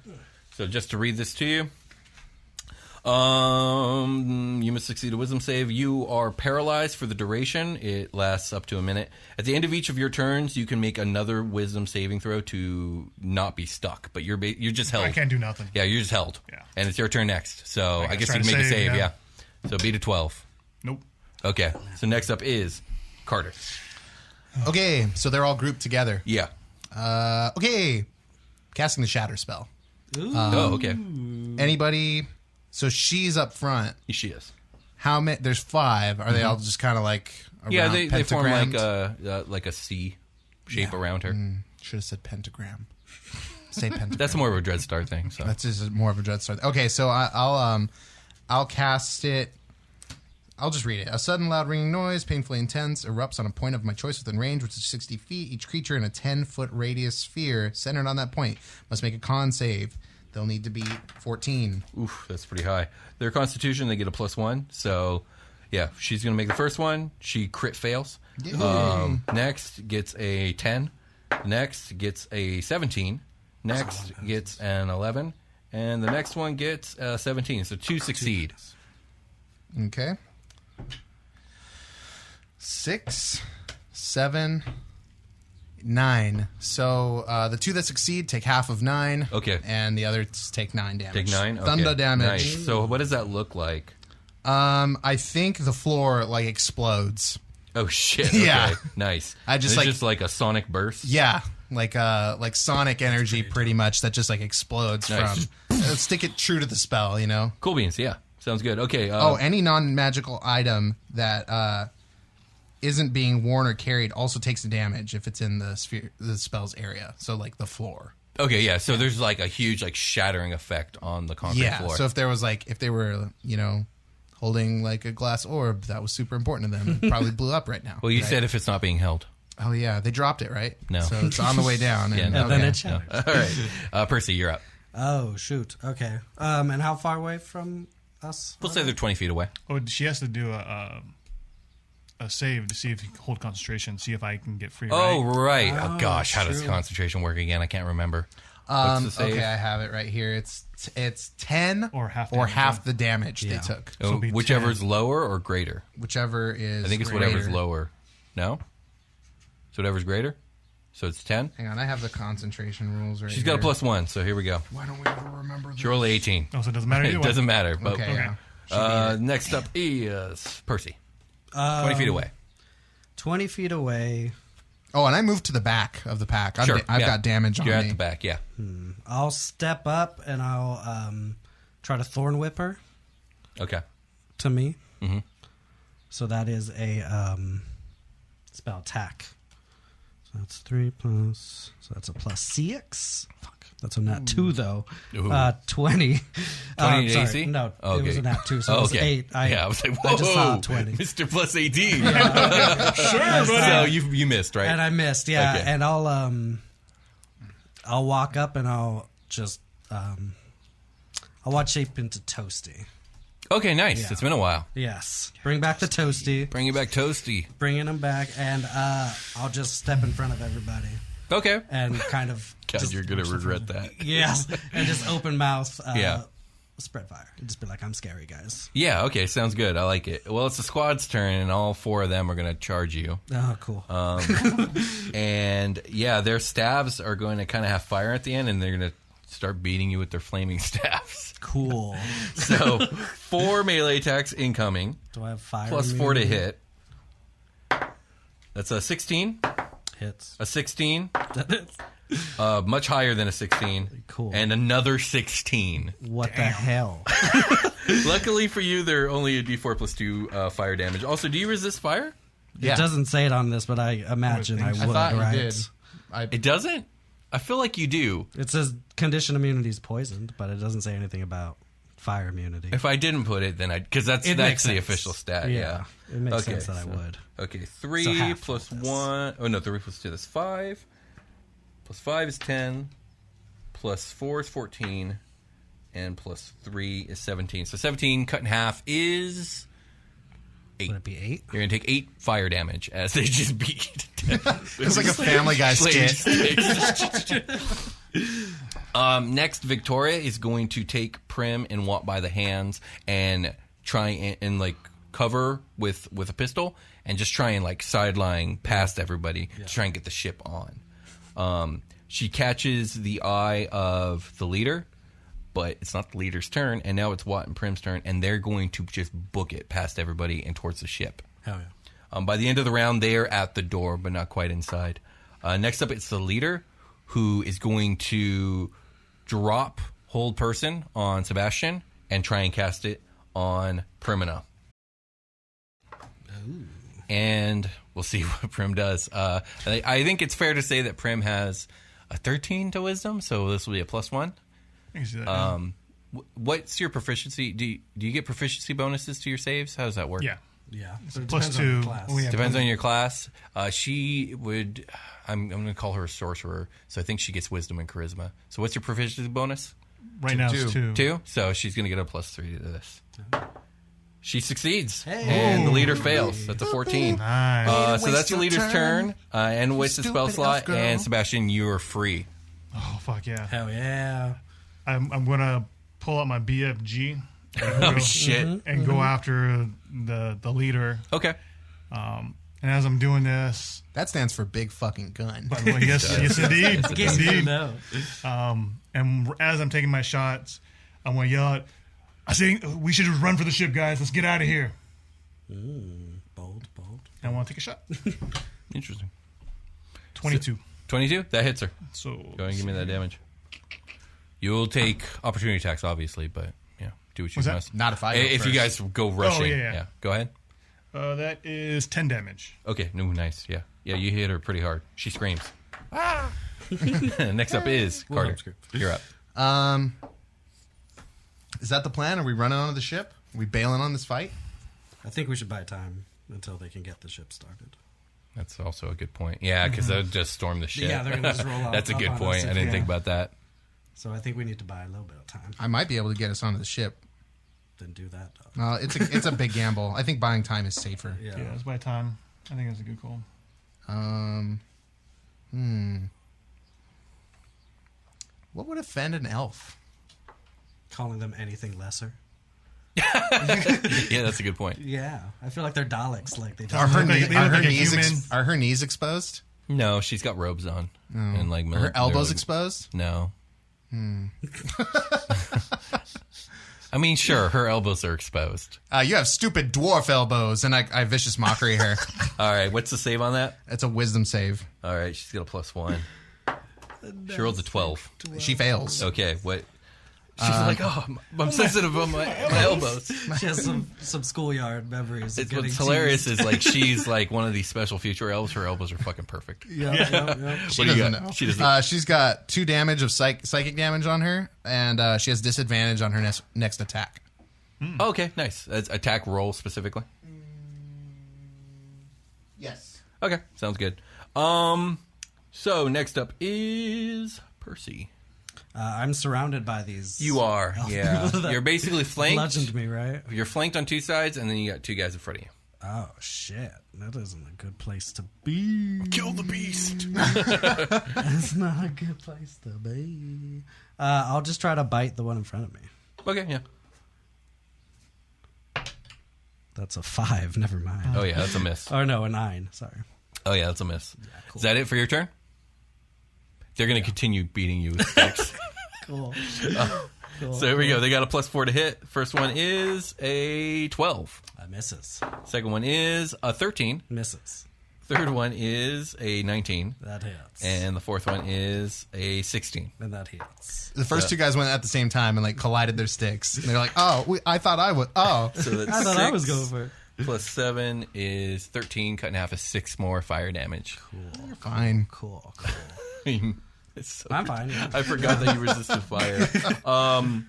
S1: So just to read this to you. Um, you must succeed a wisdom save. You are paralyzed for the duration. It lasts up to a minute. At the end of each of your turns, you can make another wisdom saving throw to not be stuck. But you're ba- you're just held.
S2: I can't do nothing.
S1: Oh. Yeah, you're just held.
S2: Yeah.
S1: And it's your turn next. So I,
S2: gotta
S1: guess you
S2: try
S1: can
S2: to
S1: make a
S2: save,
S1: save. Yeah.
S2: yeah.
S1: So beat a 12.
S2: Nope.
S1: Okay. So next up is Carter.
S4: Okay, so they're all grouped together.
S1: Yeah.
S4: Uh, okay, casting the shatter spell.
S1: oh, okay.
S4: Anybody? So she's up front.
S1: She is.
S4: How many? There's five. Are they all just kind of like? Around
S1: Mm-hmm. Yeah, they, they form like
S4: pentagrammed?
S1: a uh, like a C shape around her.
S4: Should have said pentagram. Say pentagram.
S1: That's more of a Dread Star thing. So
S4: That's just more of a dread start. Okay, so I, I'll um, I'll cast it. I'll just read it. A sudden, loud, ringing noise, painfully intense, erupts on a point of my choice within range, which is 60 feet. Each creature in a 10 foot radius sphere centered on that point must make a con save. They'll need to be 14.
S1: oof, that's pretty high. Their Constitution, they get a plus one. So yeah, she's gonna make the first one. She crit fails. Um, next gets a ten. Next gets a seventeen. Next gets an eleven, and the next one gets a seventeen. So two succeed.
S4: Okay. Six, seven, nine. So uh, the two that succeed take half of nine.
S1: Okay.
S4: And the others take nine damage.
S1: Take nine. Okay.
S4: Thunder damage.
S1: Nice. So what does that look like?
S4: Um, I think the floor like explodes.
S1: Oh shit! Okay.
S4: Yeah.
S1: nice.
S4: I just,
S1: It's
S4: like-
S1: just like a sonic burst.
S4: Yeah, like uh, like sonic energy, pretty much that just like explodes
S1: Nice.
S4: from. Let's stick it true to the spell, you know.
S1: Cool beans. Yeah, sounds good. Okay. Uh,
S4: Oh, any non-magical item that uh, isn't being worn or carried also takes damage if it's in the sphere, the spell's area. So like the floor.
S1: Okay, yeah. So there's like a huge like shattering effect on the concrete
S4: Yeah.
S1: floor.
S4: So if there was like if they were you know holding like a glass orb that was super important to them, it probably blew up right now.
S1: well, you
S4: right?
S1: said if it's not being held.
S4: Oh yeah, they dropped it right.
S1: No.
S4: So it's on the way down. And,
S1: Yeah, no.
S3: And then
S4: okay.
S3: it shatters.
S1: All right, uh, Percy, you're up.
S3: Oh shoot. Okay. Um, and how far away from us?
S1: We'll say they're 20 feet away.
S2: Oh, she has to do a, a, a save to see if you can hold concentration, see if I can get free.
S1: Oh right.
S2: right?
S1: Oh,
S3: Oh,
S1: gosh, how does
S3: true.
S1: concentration work again? I can't remember.
S4: Um,
S1: What's the save?
S4: Okay, I have it right here. It's it's ten
S2: Or half
S4: or
S2: damage,
S4: half the damage they took.
S1: Oh,
S2: it'll be
S1: whichever's lower or greater.
S4: Whichever is.
S1: I think it's whatever's lower. No. It's whatever's greater. So it's 10.
S4: Hang on, I have the concentration rules right.
S1: She's got a
S4: here.
S1: plus one. So here we go.
S4: Why don't we ever remember?
S1: She rolled a 18.
S2: Oh, so it doesn't matter.
S1: It
S2: either way.
S1: doesn't matter. But
S4: Okay. Yeah.
S1: uh, next up is Percy. 20 feet away.
S3: Twenty feet away.
S4: Oh, and I moved to the back of the pack. I'm
S1: Sure.
S4: da- I've
S1: yeah.
S4: got damage on
S1: You're
S4: me.
S1: at the back. Yeah.
S3: I'll step up and I'll um, try to thorn whip her
S1: Okay.
S3: to me. Mm-hmm. So that is a um, spell attack. So that's three plus. So that's a plus six. Fuck. That's a nat two though.
S1: Ooh.
S3: Uh, twenty.
S1: 20
S3: Um,
S1: to
S3: sorry,
S1: AC?
S3: No,
S1: Oh,
S3: it was a nat two. So
S1: Oh,
S3: it was eight. I,
S1: yeah, I was like, whoa,
S3: I just saw twenty.
S1: Mr. Plus AD.
S3: That's
S1: so
S3: not-
S1: you you missed, right?
S3: and I missed. Yeah,
S1: Okay.
S3: and I'll um, I'll walk up and I'll just um, I'll watch shape into toasty.
S1: okay, nice. It's been a while.
S3: Yes, bring back the toasty,
S1: Bring it back toasty.
S3: bringing him back, and uh, I'll just step in front of everybody
S1: Okay.
S3: and kind of
S1: God,
S3: just,
S1: you're going to regret that.
S3: yes, and just open mouth. Uh,
S1: Yeah.
S3: spread fire. It'd just be like, I'm scary, guys.
S1: Yeah, okay, sounds good. I like it. Well, it's the squad's turn, and all four of them are going to charge you.
S3: Oh, cool.
S1: Uh, And yeah, their staves are going to kind of have fire at the end, and they're going to start beating you with their flaming staves.
S3: cool.
S1: So, four melee attacks incoming,
S3: Do I have fire?
S1: plus four to hit. That's a 16,
S3: Hits.
S1: a 16,
S3: That is-
S1: uh, much higher than a 16.
S3: Cool.
S1: And another 16.
S3: what the hell?
S1: Luckily for you, they're only a d4 plus 2 uh, fire damage. Also, do you resist fire?
S4: Yeah.
S3: It doesn't say it on this, but I imagine I
S2: think
S3: would,
S4: I thought
S3: right?
S4: you did. I,
S1: It doesn't? I feel like you do.
S3: It says condition immunity is poisoned, but it doesn't say anything about fire immunity.
S1: If I didn't put it, then I because that's
S3: It
S1: that's
S3: makes
S1: the
S3: sense.
S1: official stat. Yeah,
S3: It makes
S1: Okay,
S3: sense that
S1: so-
S3: I would.
S1: Okay, three
S3: So half
S1: plus
S3: of this.
S1: one. Oh no, three plus two is five. Plus five is ten. Plus four is fourteen, and plus three is seventeen. So seventeen cut in half is
S3: Would it be eight?
S1: you're gonna take eight fire damage as they just beat.
S4: it's like a Family Guy skit.
S1: um, next, Victoria is going to take Prim and Watt by the hands and try and, and like cover with with a pistol and just try and like sideline past everybody to try and get the ship on. Um, she catches the eye of the leader, but it's not the leader's turn, and now it's Watt and Prim's turn, and they're going to just book it past everybody and towards the ship.
S3: Hell yeah.
S1: Um, by the end of the round, they are at the door, but not quite inside. Uh, next up, it's the leader who is going to drop hold person on Sebastian and try and cast it on Primina. And we'll see what Prim does. Uh, I, I think it's fair to say that Prim has a 13 to wisdom, so this will be a plus one.
S2: I can see that. now.
S1: Um, wh- what's your proficiency? Do you, do you get proficiency bonuses to your saves? How does that work?
S2: yeah.
S3: Yeah. But it
S2: Plus
S3: depends on the
S2: two.
S3: class.
S2: Oh, yeah.
S1: Depends on your class. Uh, she would. I'm, I'm going to call her a sorcerer, so I think she gets wisdom and charisma. So what's your proficiency bonus?
S2: Right now it's two.
S4: two.
S1: Two. So she's going to get a plus three to this. She succeeds,
S3: Hey.
S1: and the leader fails. That's a fourteen.
S2: Nice.
S1: Uh,
S4: Way
S1: so
S4: to
S1: that's the
S4: waste your
S1: leader's turn,
S4: turn.
S1: uh, and wastes the spell
S4: stupid elf
S1: slot.
S4: girl.
S1: And Sebastian, you are free.
S2: oh fuck yeah!
S3: Hell yeah.
S2: I'm, I'm gonna pull out my BFG. and
S1: Oh
S2: go-
S1: shit.
S2: And
S3: Mm-hmm.
S2: go after the the leader. Um,
S1: Okay.
S2: And as I'm doing this,
S4: that stands for big fucking gun.
S2: by the way, yes, yes indeed,
S3: Guess you
S2: indeed.
S3: know.
S2: Um, and as I'm taking my shots, I'm gonna yell out, "I think we should just run for the ship, guys. Let's get out of here."
S3: Bold, bold.
S2: And I want to take a shot.
S1: Interesting.
S2: Twenty-two.
S1: Twenty-two. That hits her.
S2: So
S1: Go ahead and give me that damage. You'll take opportunity attacks, obviously, but yeah, do what you
S2: Was that-
S1: must.
S4: Not if I go
S1: If you guys
S4: first.
S3: Oh,
S1: go rushing,
S2: yeah,
S1: yeah.
S2: yeah.
S1: Go ahead.
S2: uh, that is ten damage.
S1: Okay. No, nice. Yeah, yeah. You hit her pretty hard. She screams. Next up is Carter. You're up.
S4: Um, is that the plan? Are we running onto the ship? Are we bailing on this fight?
S3: I think we should buy time until they can get the ship started.
S1: That's also a good point. Yeah, because they'll just storm the ship.
S3: Mm-hmm. Yeah, they're gonna just roll out-
S1: That's a
S3: up
S1: good
S3: on us
S1: point.
S3: if
S1: I didn't
S3: they-
S1: think about that.
S3: So I think we need to buy a little bit of time.
S4: I might be able to get us onto the ship.
S3: Then do that. Though.
S4: Uh, it's a, it's a big gamble. I think buying time is safer.
S3: Yeah.
S2: Yeah, that's my time. I think that's a good call.
S4: Um, hmm. What would offend an elf?
S3: Calling them anything lesser.
S1: Yeah, that's a good point.
S3: Yeah. I feel like they're Daleks. Like they
S4: Are
S3: just.
S4: her,
S2: look like-
S4: knee-
S2: they
S4: are
S2: look
S4: her
S2: like a
S4: knees
S2: human.
S4: ex- are her knees exposed?
S1: No, she's got robes on and like
S4: Are her elbows
S1: they're-
S4: exposed?
S1: No.
S3: Hmm.
S1: I mean, sure, her elbows are exposed.
S4: Uh, you have stupid dwarf elbows, and I, I vicious mockery her.
S1: All right, what's the save on that?
S4: It's a wisdom save.
S1: All right, she's got a plus one. She rolled a twelve.
S4: She fails.
S1: Okay, what? She's like, oh, I'm, I'm sensitive on my, my elbows.
S3: She has some, some schoolyard memories. of
S1: It's what's
S3: getting
S1: hilarious
S3: teased.
S1: is like she's like one of these special future elves. Her elbows are fucking perfect.
S3: Yeah, yeah, yeah.
S4: She
S1: What do you
S4: doesn't
S1: got?
S4: know.
S1: She doesn't-
S4: Uh, she's got two damage of psych- psychic damage on her, and uh, she has disadvantage on her next next attack.
S1: Oh, okay, nice. That's attack roll specifically. Mm,
S4: Yes.
S1: Okay, sounds good. Um, so next up is Percy.
S3: Uh, I'm surrounded by these.
S1: You are, yeah.
S3: people that
S1: You're basically flanked.
S3: Bludgeoned me, right?
S1: You're flanked on two sides, and then you got two guys in front of you.
S3: Oh shit! That isn't a good place to be.
S1: Kill the beast.
S3: That's not a good place to be. Uh, I'll just try to bite the one in front of me.
S1: Okay, yeah.
S3: That's a five. Never mind.
S1: Oh yeah, that's a miss.
S3: Or no, a nine. Sorry.
S1: Oh yeah, that's a miss. Is that it for your turn? They're going to continue beating you with sticks.
S3: Cool.
S1: so here we go. They got a plus four to hit. First one is a twelve.
S3: Uh, misses.
S1: Second one is a thirteen.
S3: Misses.
S1: Third one is a nineteen,
S3: That hits.
S1: and the fourth one is a sixteen.
S3: And that hits.
S4: The first two guys went at the same time and like collided their sticks. And they're like, "Oh, we, I thought I would." Oh,
S1: So that's
S3: I thought I was
S1: six
S3: going for.
S1: plus seven is thirteen. Cut in half is six more fire damage.
S4: you're fine.
S3: Cool. cool.
S1: I mean, it's so
S3: I'm fine. yeah.
S1: I forgot that you resisted fire. Um,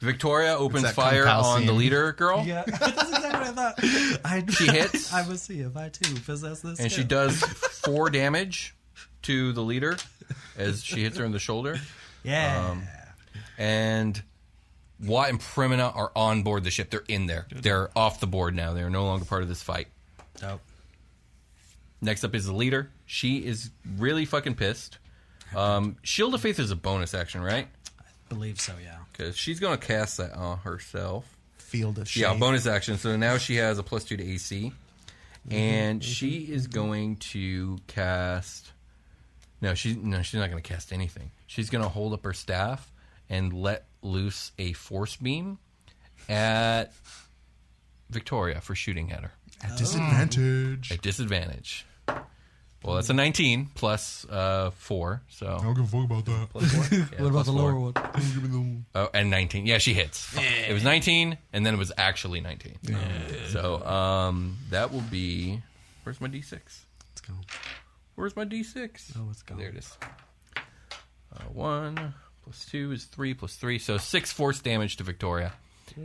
S1: Victoria opens
S4: that
S1: fire
S4: Kung Pao
S1: on the
S4: scene.
S1: leader girl,
S3: Yeah, that's exactly what I thought. I,
S1: She hits.
S3: I will see if I too possess this.
S1: and she
S3: skill.
S1: does four damage to the leader as she hits her in the shoulder.
S3: Yeah.
S1: Um, And Watt and Primina are on board the ship. They're in there. They're off the board now. They're no longer part of this fight.
S3: Dope.
S1: Next up is the leader. She is really fucking pissed. Um, Shield of Faith is a bonus action, right?
S3: Believe so. Yeah.
S1: Because she's going to cast that on herself.
S4: Field of shit.
S1: Yeah, bonus action. So now she has a plus two to AC, and
S4: Mm-hmm,
S1: she is going to cast. No, she no, she's not going to cast anything. She's going to hold up her staff and let loose a force beam at Victoria for shooting at her
S4: at disadvantage.
S1: at disadvantage. Well, that's a 19 plus uh, four, so
S4: give a fuck about that.
S1: plus four. Yeah,
S3: What about
S1: plus
S3: the
S1: four.
S3: lower one?
S1: Oh, and 19. Yeah, she hits. Fuck. It was 19, and then it was actually 19. So um, that will be. Where's my D6?
S3: Let's go.
S1: Where's my D6?
S3: Oh, it's gone.
S1: There it is. Uh, one plus two is three plus three. So six force damage to Victoria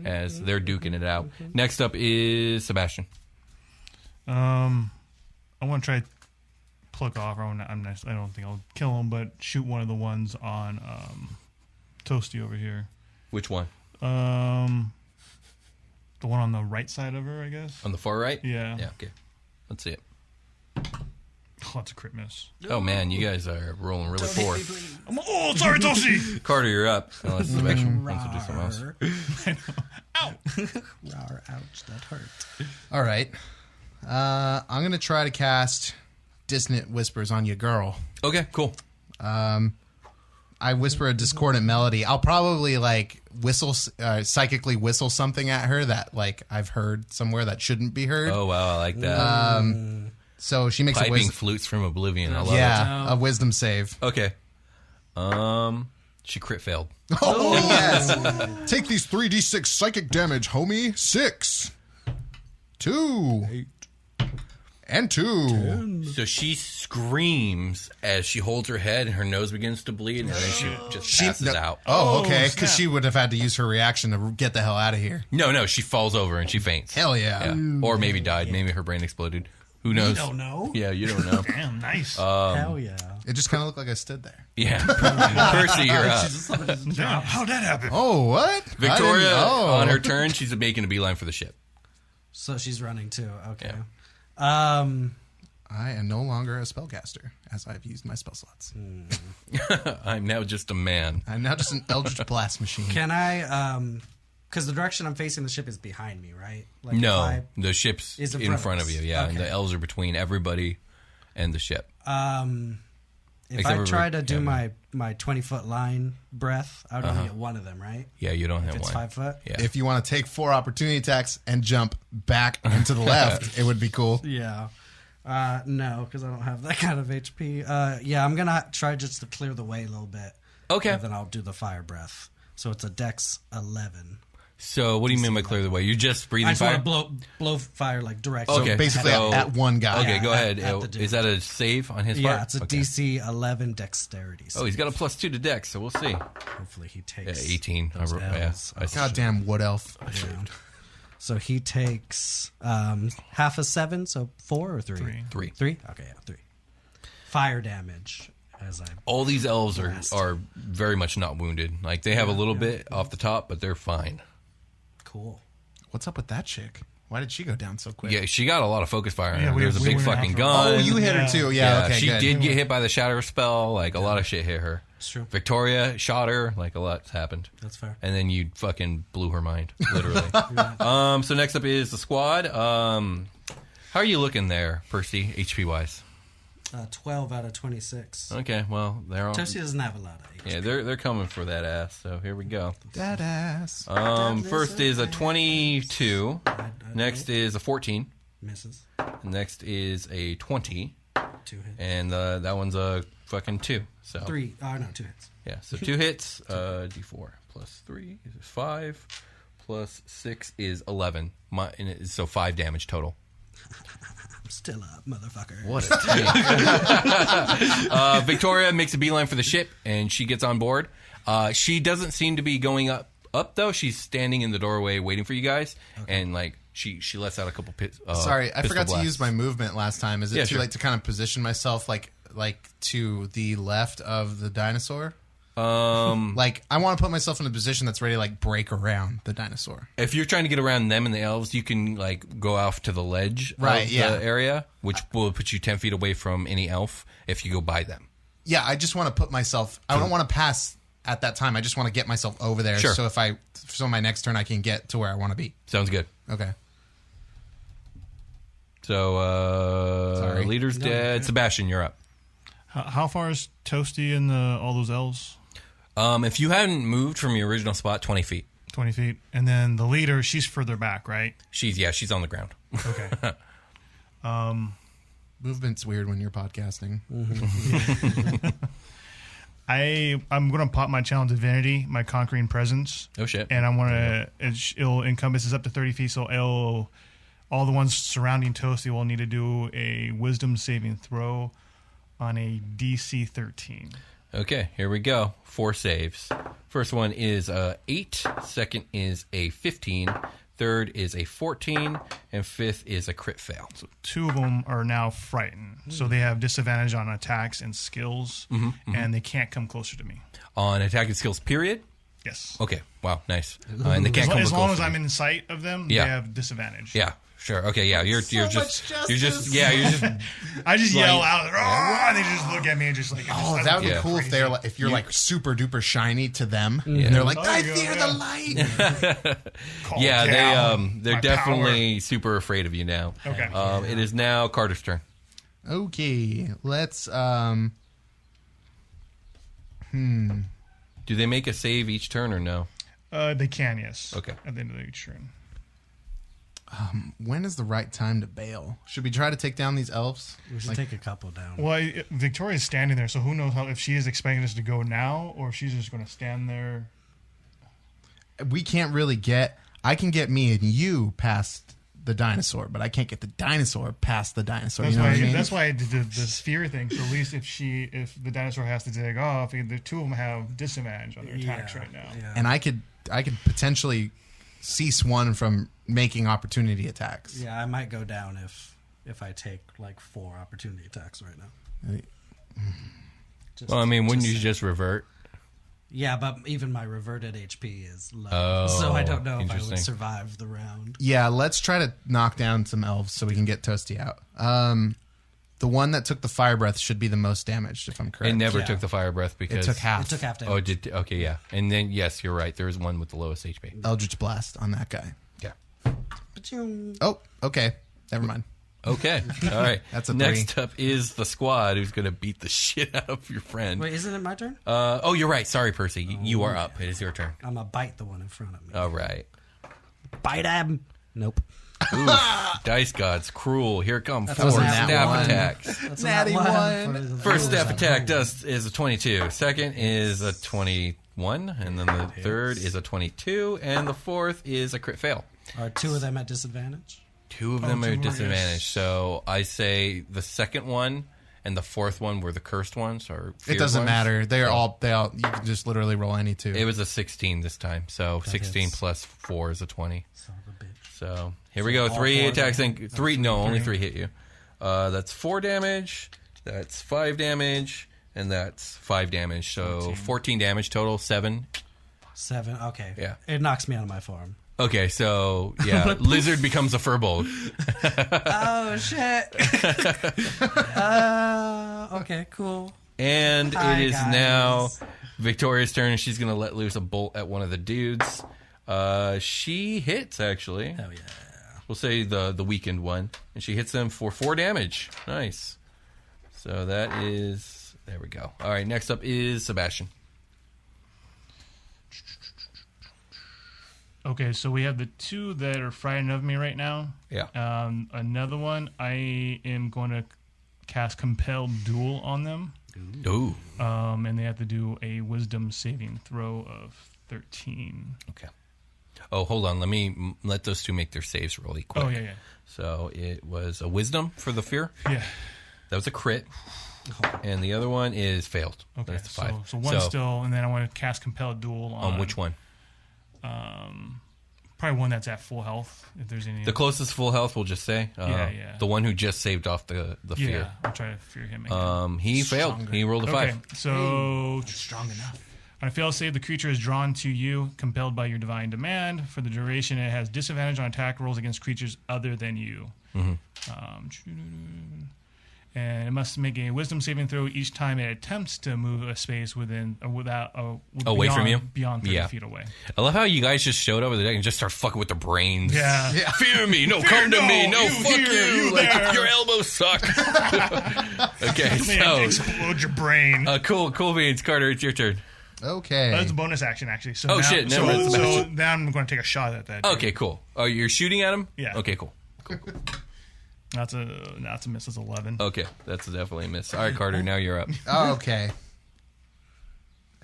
S1: as they're duking it out.
S3: Mm-hmm.
S1: Next up is Sebastian.
S2: Um, I want to try pluck off. I, wanna, I'm not, I don't think I'll kill him, but shoot one of the ones on um, Toasty over here.
S1: Which one?
S2: Um, the one on the right side of her, I guess.
S1: On the far right?
S2: Yeah.
S1: Yeah, okay. Let's see it.
S2: Oh, that's a crit miss.
S1: Oh, man, you guys are rolling really poor.
S2: I'm, oh, sorry, Toasty.
S1: Carter, you're up. Unless
S3: Mm-hmm.
S1: Sebastian wants to do something else.
S3: Rawr. Rawr. Ouch. That hurt.
S4: All right, uh, I'm gonna try to cast dissonant whispers on your girl.
S1: Okay, cool.
S4: I whisper a discordant melody. I'll probably like whistle uh, psychically whistle something at her that like I've heard somewhere that shouldn't be heard.
S1: Oh, wow, I like that.
S4: So she makes a
S1: piping
S4: wisdom.
S1: flutes from oblivion. I love
S4: Yeah, a wisdom save.
S1: it. Okay. Um, she crit failed.
S4: Oh, yes. Take these 3d6 psychic damage, homie. Six. Two. And two.
S1: So she screams as she holds her head and her nose begins to bleed, and then she just passes
S4: no-
S1: out.
S4: Oh, okay.
S2: snap.
S4: Because she would have had to use her reaction to get the hell out of here.
S1: No, no, she falls over and she faints.
S4: Hell yeah.
S1: yeah. Or maybe died. Maybe her brain exploded. Who knows?
S3: don't know.
S1: Yeah, you don't know.
S2: Damn, nice.
S1: Uh, Um,
S3: Hell yeah.
S4: It just kind of looked like I stood there.
S1: yeah. Percy, you're up.
S2: Damn, how'd that happen?
S4: Oh, what? I didn't-
S1: Victoria,
S4: oh.
S1: on her turn, she's making a beeline for the ship.
S3: So she's running too. Okay.
S1: Yeah.
S3: Um.
S4: I am no longer a spellcaster, as I've used my spell slots.
S1: I'm now just a man.
S4: I'm now just an Eldritch Blast machine.
S3: Can I? Um. Because the direction I'm facing the ship is behind me, right? Like if
S1: No,
S3: I-
S1: the ship's
S3: Is in
S1: in
S3: front of
S1: front of
S3: us.
S1: you. Yeah, and
S3: Okay.
S1: the elves are between everybody and the ship.
S3: Um, if
S1: Except
S3: I
S1: for-
S3: try to do
S1: yeah, no.
S3: my my twenty foot line breath, I would only get one of them, right?
S1: Yeah, you don't have
S3: It's
S1: Uh-huh. one.
S3: five foot.
S1: Yeah.
S4: If you want to take four opportunity attacks and jump back and to the left, it would be cool.
S3: Yeah. Uh, no, because I don't have that kind of HP. Uh, yeah, I'm gonna try just to clear the way a little bit.
S1: Okay.
S3: And then I'll do the fire breath. So it's a Dex eleven.
S1: So what do you mean by clear the way? You're just breathing
S3: I just
S1: fire.
S3: want to blow blow fire like directly.
S1: Okay.
S4: Basically,
S1: So-
S4: at one guy.
S1: okay,
S3: Yeah,
S1: go
S3: at-
S1: ahead.
S3: at the dude.
S1: Is that a save on his part?
S3: Yeah, it's a
S1: Okay.
S3: DC eleven dexterity. So
S1: Oh, he's got a plus two to dex, so we'll see.
S3: hopefully he
S1: Yeah, E
S3: takes
S1: 18. I,
S3: those
S1: wrote- yeah,
S3: L's.
S1: I see.
S4: Goddamn wood elf.
S3: down. So he takes um, half a seven, so four or three?
S2: Three.
S1: Three.
S3: Three? Okay, yeah, three. Fire damage as I
S1: All these elves are, are very much not wounded. Like, they have a little bit off the top, but they're fine.
S3: cool.
S4: What's up with that chick? Why did she go down so quick?
S1: Yeah, she got a lot of focus fire. on
S2: Yeah,
S1: her.
S2: we-
S1: There's a
S2: we
S1: big
S2: went
S1: fucking
S2: after her.
S1: gun.
S4: Oh, you hit her
S2: Yeah.
S4: too. Yeah,
S1: yeah,
S4: okay.
S1: she
S4: good.
S1: did get hit by the shatter spell. Like, a lot of shit hit her.
S3: That's true.
S1: Victoria shot her. Like a lot's happened.
S3: That's fair.
S1: And then you fucking blew her mind, literally. Um. So next up is the squad. Um. How are you looking there, Percy? HP wise.
S3: Uh, 12 out of 26.
S1: Okay. Well, they're all.
S3: Toshi doesn't have a lot of E eight.
S1: Yeah, they're they're coming for that ass. So here we go.
S4: That ass.
S1: Um. First is a twenty-two.
S3: I- I
S1: Next is a fourteen.
S3: Misses.
S1: Next is a twenty,
S3: Two hits.
S1: and uh, that one's a fucking two. So
S3: Three. Oh, no, two hits.
S1: Yeah, so two hits. Uh, D4 plus three is five, plus six is eleven. My and it- so five damage total.
S3: I'm still up, motherfucker.
S1: What? A uh, Victoria makes a beeline for the ship, and she gets on board. Uh, she doesn't seem to be going up. Up though, she's standing in the doorway waiting for you guys, and like she she lets out a couple. Pit, uh,
S4: Sorry, I
S1: pistol
S4: forgot to
S1: blasts.
S4: use my movement last time. Is it
S1: Yeah,
S4: too
S1: sure.
S4: late to kind of position myself like like to the left of the dinosaur? Um, like I want to put myself in a position that's ready to like break around the dinosaur.
S1: if you're trying to get around them and the elves, you can like go off to the ledge
S4: Right,
S1: of
S4: yeah.
S1: the area, which will put you ten feet away from any elf if you go by them.
S4: Yeah, I just want to put myself. I don't want to pass at that time. I just want to get myself over there.
S1: Sure.
S4: So if I so my next turn I can get to where I want to be.
S1: Sounds good.
S4: Okay.
S1: So uh
S4: Sorry.
S1: leader's dead. Sebastian, you're up.
S2: How, how far is Toasty and the, all those elves?
S1: Um, if you hadn't moved from your original spot twenty feet,
S2: 20 feet. And then the leader, she's further back, right?
S1: she's yeah, she's on the ground.
S2: Okay.
S4: Movement's weird when you're podcasting.
S2: Mm. I, I'm going to pop my challenge divinity, my conquering presence.
S1: Oh shit.
S2: and I want to. It, it'll encompasses up to thirty feet, so it'll all the ones surrounding Toasty will need to do a Wisdom saving throw on a DC thirteen.
S1: okay, here we go. Four saves. First one is uh eight. Second is a fifteen. Third is a fourteen, and fifth is a crit fail.
S2: Two of them are now frightened, so they have disadvantage on attacks and skills,
S1: Mm-hmm,
S2: and they can't come closer to me.
S1: On attack and skills, period.
S2: Yes,
S1: Okay. Wow. Nice. Uh, and they can't
S2: as, lo-
S1: come
S2: as
S1: close
S2: long
S1: to
S2: as
S1: me.
S2: I'm in sight of them,
S1: Yeah.
S2: they have disadvantage.
S1: Yeah. Sure. Okay. Yeah. You're you're
S4: much
S1: just
S4: justice.
S1: you're just yeah you're just
S2: I just
S1: Like-
S2: yell out, "Rah!" and they just look at me and just like,
S4: Oh, that would
S1: Yeah.
S4: be cool if they're like if you're like super duper shiny to them. And they're like,
S2: Oh,
S4: I
S2: yeah,
S4: fear
S2: yeah.
S4: the light.
S2: Call
S1: yeah they
S2: down
S1: um they're
S2: my
S1: definitely super afraid of you now.
S2: Okay.
S1: Um, it is now Carter's turn.
S4: Okay, let's. um
S1: Do they make a save each turn or no?
S2: power. Uh, they can, yes.
S1: Okay.
S2: At the end of each turn.
S4: When is the right time to bail? Should we try to take down these elves?
S3: We should
S4: Like,
S3: take a couple down.
S2: Well, I- Victoria's standing there, so who knows how if she is expecting us to go now or if she's just going to stand there.
S4: we can't really get. I can get me and you past the dinosaur, but I can't get the dinosaur past the dinosaur.
S2: That's
S4: you know
S2: why.
S4: what I mean?
S2: That's why I did the, the sphere thing. So at least if she, if the dinosaur has to take off, the two of them have disadvantage on their attacks
S3: Yeah,
S2: right now.
S3: Yeah.
S4: and I could, I could potentially cease one from making opportunity attacks.
S3: yeah, I might go down if if I take like four opportunity attacks right now. Just-
S1: Well, I mean, wouldn't
S3: just-
S1: you just revert?
S3: Yeah, but even my reverted HP is low,
S1: Oh,
S3: so I don't know if I
S1: interesting.
S3: would survive the round.
S4: Yeah, let's try to knock down some elves so we can get Toasty out. Um, the one that took the fire breath should be the most damaged, if I'm correct.
S1: It never
S3: Yeah.
S1: took the fire breath because
S4: It took half.
S3: It took half
S1: Oh, it
S3: damage.
S1: did okay, yeah. And then yes, you're right. There is one with the lowest HP.
S4: Eldritch blast on that guy.
S1: Yeah.
S3: Ba-choom.
S4: Oh, okay. Never mind.
S1: Okay. All right.
S4: That's a
S1: Next up is the squad who's going to beat the shit out of your friend.
S3: Wait, isn't it my turn?
S1: Uh, oh, you're right. Sorry, Percy. Y- you are up. It is your turn.
S3: I'm gonna bite the one in front of me.
S1: All right.
S3: Bite him. Nope.
S1: Oof. Dice gods, cruel. Here come four
S4: wasn't
S1: stab
S4: that one.
S1: attacks.
S3: That's
S4: Natty
S3: not
S4: one.
S3: What is it?
S1: First
S3: What is
S1: step
S3: that?
S1: attack does is a 22. Second is a 21, and then the third is a 22, and the fourth is a crit fail.
S3: Are two of them at disadvantage?
S1: Two of them
S2: two
S1: are
S2: more, yes.
S1: disadvantaged, so I say the second one and the fourth one were the cursed ones, or
S4: It
S1: feared
S4: doesn't
S1: ones.
S4: matter. They are all. They all. You can just literally roll any two.
S1: It was a 16 this time, so 16
S3: hits.
S1: plus four is a 20.
S3: Son of a bitch.
S1: So here we go. Three
S3: four
S1: attacks and three. No, only three hit you. Uh, that's four damage. That's five damage, and that's five damage. So 14, damage total. Seven.
S3: Seven. Okay.
S1: Yeah.
S3: It knocks me out of my form.
S1: Okay, so yeah, lizard becomes a furball.
S3: Oh shit. uh, okay. Cool.
S1: And
S3: Hi,
S1: it is
S3: guys.
S1: now Victoria's turn, and she's going to let loose a bolt at one of the dudes. Uh, she hits, actually.
S3: Oh yeah.
S1: We'll say the, the weakened one. And she hits them for four damage. Nice. So that is. There we go. All right, next up is Sebastian.
S2: Okay, so we have the two that are frightened of me right now.
S1: Yeah.
S2: Um, another one, I am going to cast Compel Duel on them,
S1: Ooh.
S2: um, and they have to do a Wisdom saving throw of 13.
S1: Okay. Oh, hold on. Let me m- let those two make their saves really quick.
S2: Oh, yeah, yeah.
S1: So it was a wisdom for the fear.
S2: Yeah.
S1: That was a crit. And the other one is failed.
S2: Oh. Okay,
S1: That's a five.
S2: so, so one still, and then I want to cast Compel Duel on,
S1: on which one?
S2: Probably one that's at full health, if there's any.
S1: The closest full health, we'll just say. Uh,
S2: Yeah, yeah.
S1: The one who just saved off the, the
S2: yeah,
S1: fear.
S2: I'll try to fear him again.
S1: Um, he failed.
S4: Stronger.
S1: He rolled a
S2: okay,
S1: five.
S2: so
S4: Strong enough.
S2: On a fail save, the creature is drawn to you, compelled by your divine demand. For the duration, it has disadvantage on attack rolls against creatures other than you.
S1: Mm-hmm.
S2: Um, and it must make a Wisdom saving throw each time it attempts to move a space within, or without, uh,
S1: Away from you?
S2: beyond thirty
S1: Yeah.
S2: feet away.
S1: I love how you guys just showed up with the deck and just start fucking with the brains.
S2: Yeah.
S4: Yeah.
S1: Fear me. No, come to
S2: no,
S1: me. No,
S2: you
S1: fuck
S2: here,
S1: you.
S2: you
S1: like,
S2: there.
S1: your elbows suck. okay,
S2: Man,
S1: so.
S2: explode your brain.
S1: Uh, cool, cool beans. Carter, it's your turn.
S4: Okay.
S2: That's a bonus action, actually. So
S1: Oh,
S2: now,
S1: shit, never
S2: So,
S1: mind, it's a bonus
S2: so now I'm going to take a shot at that. dude.
S1: Okay, cool. Oh, you're shooting at him?
S2: Yeah.
S1: Okay, cool.
S2: that's a that's a miss. That's eleven.
S1: Okay, that's definitely a miss. All right, Carter, now you're up.
S4: Oh, okay.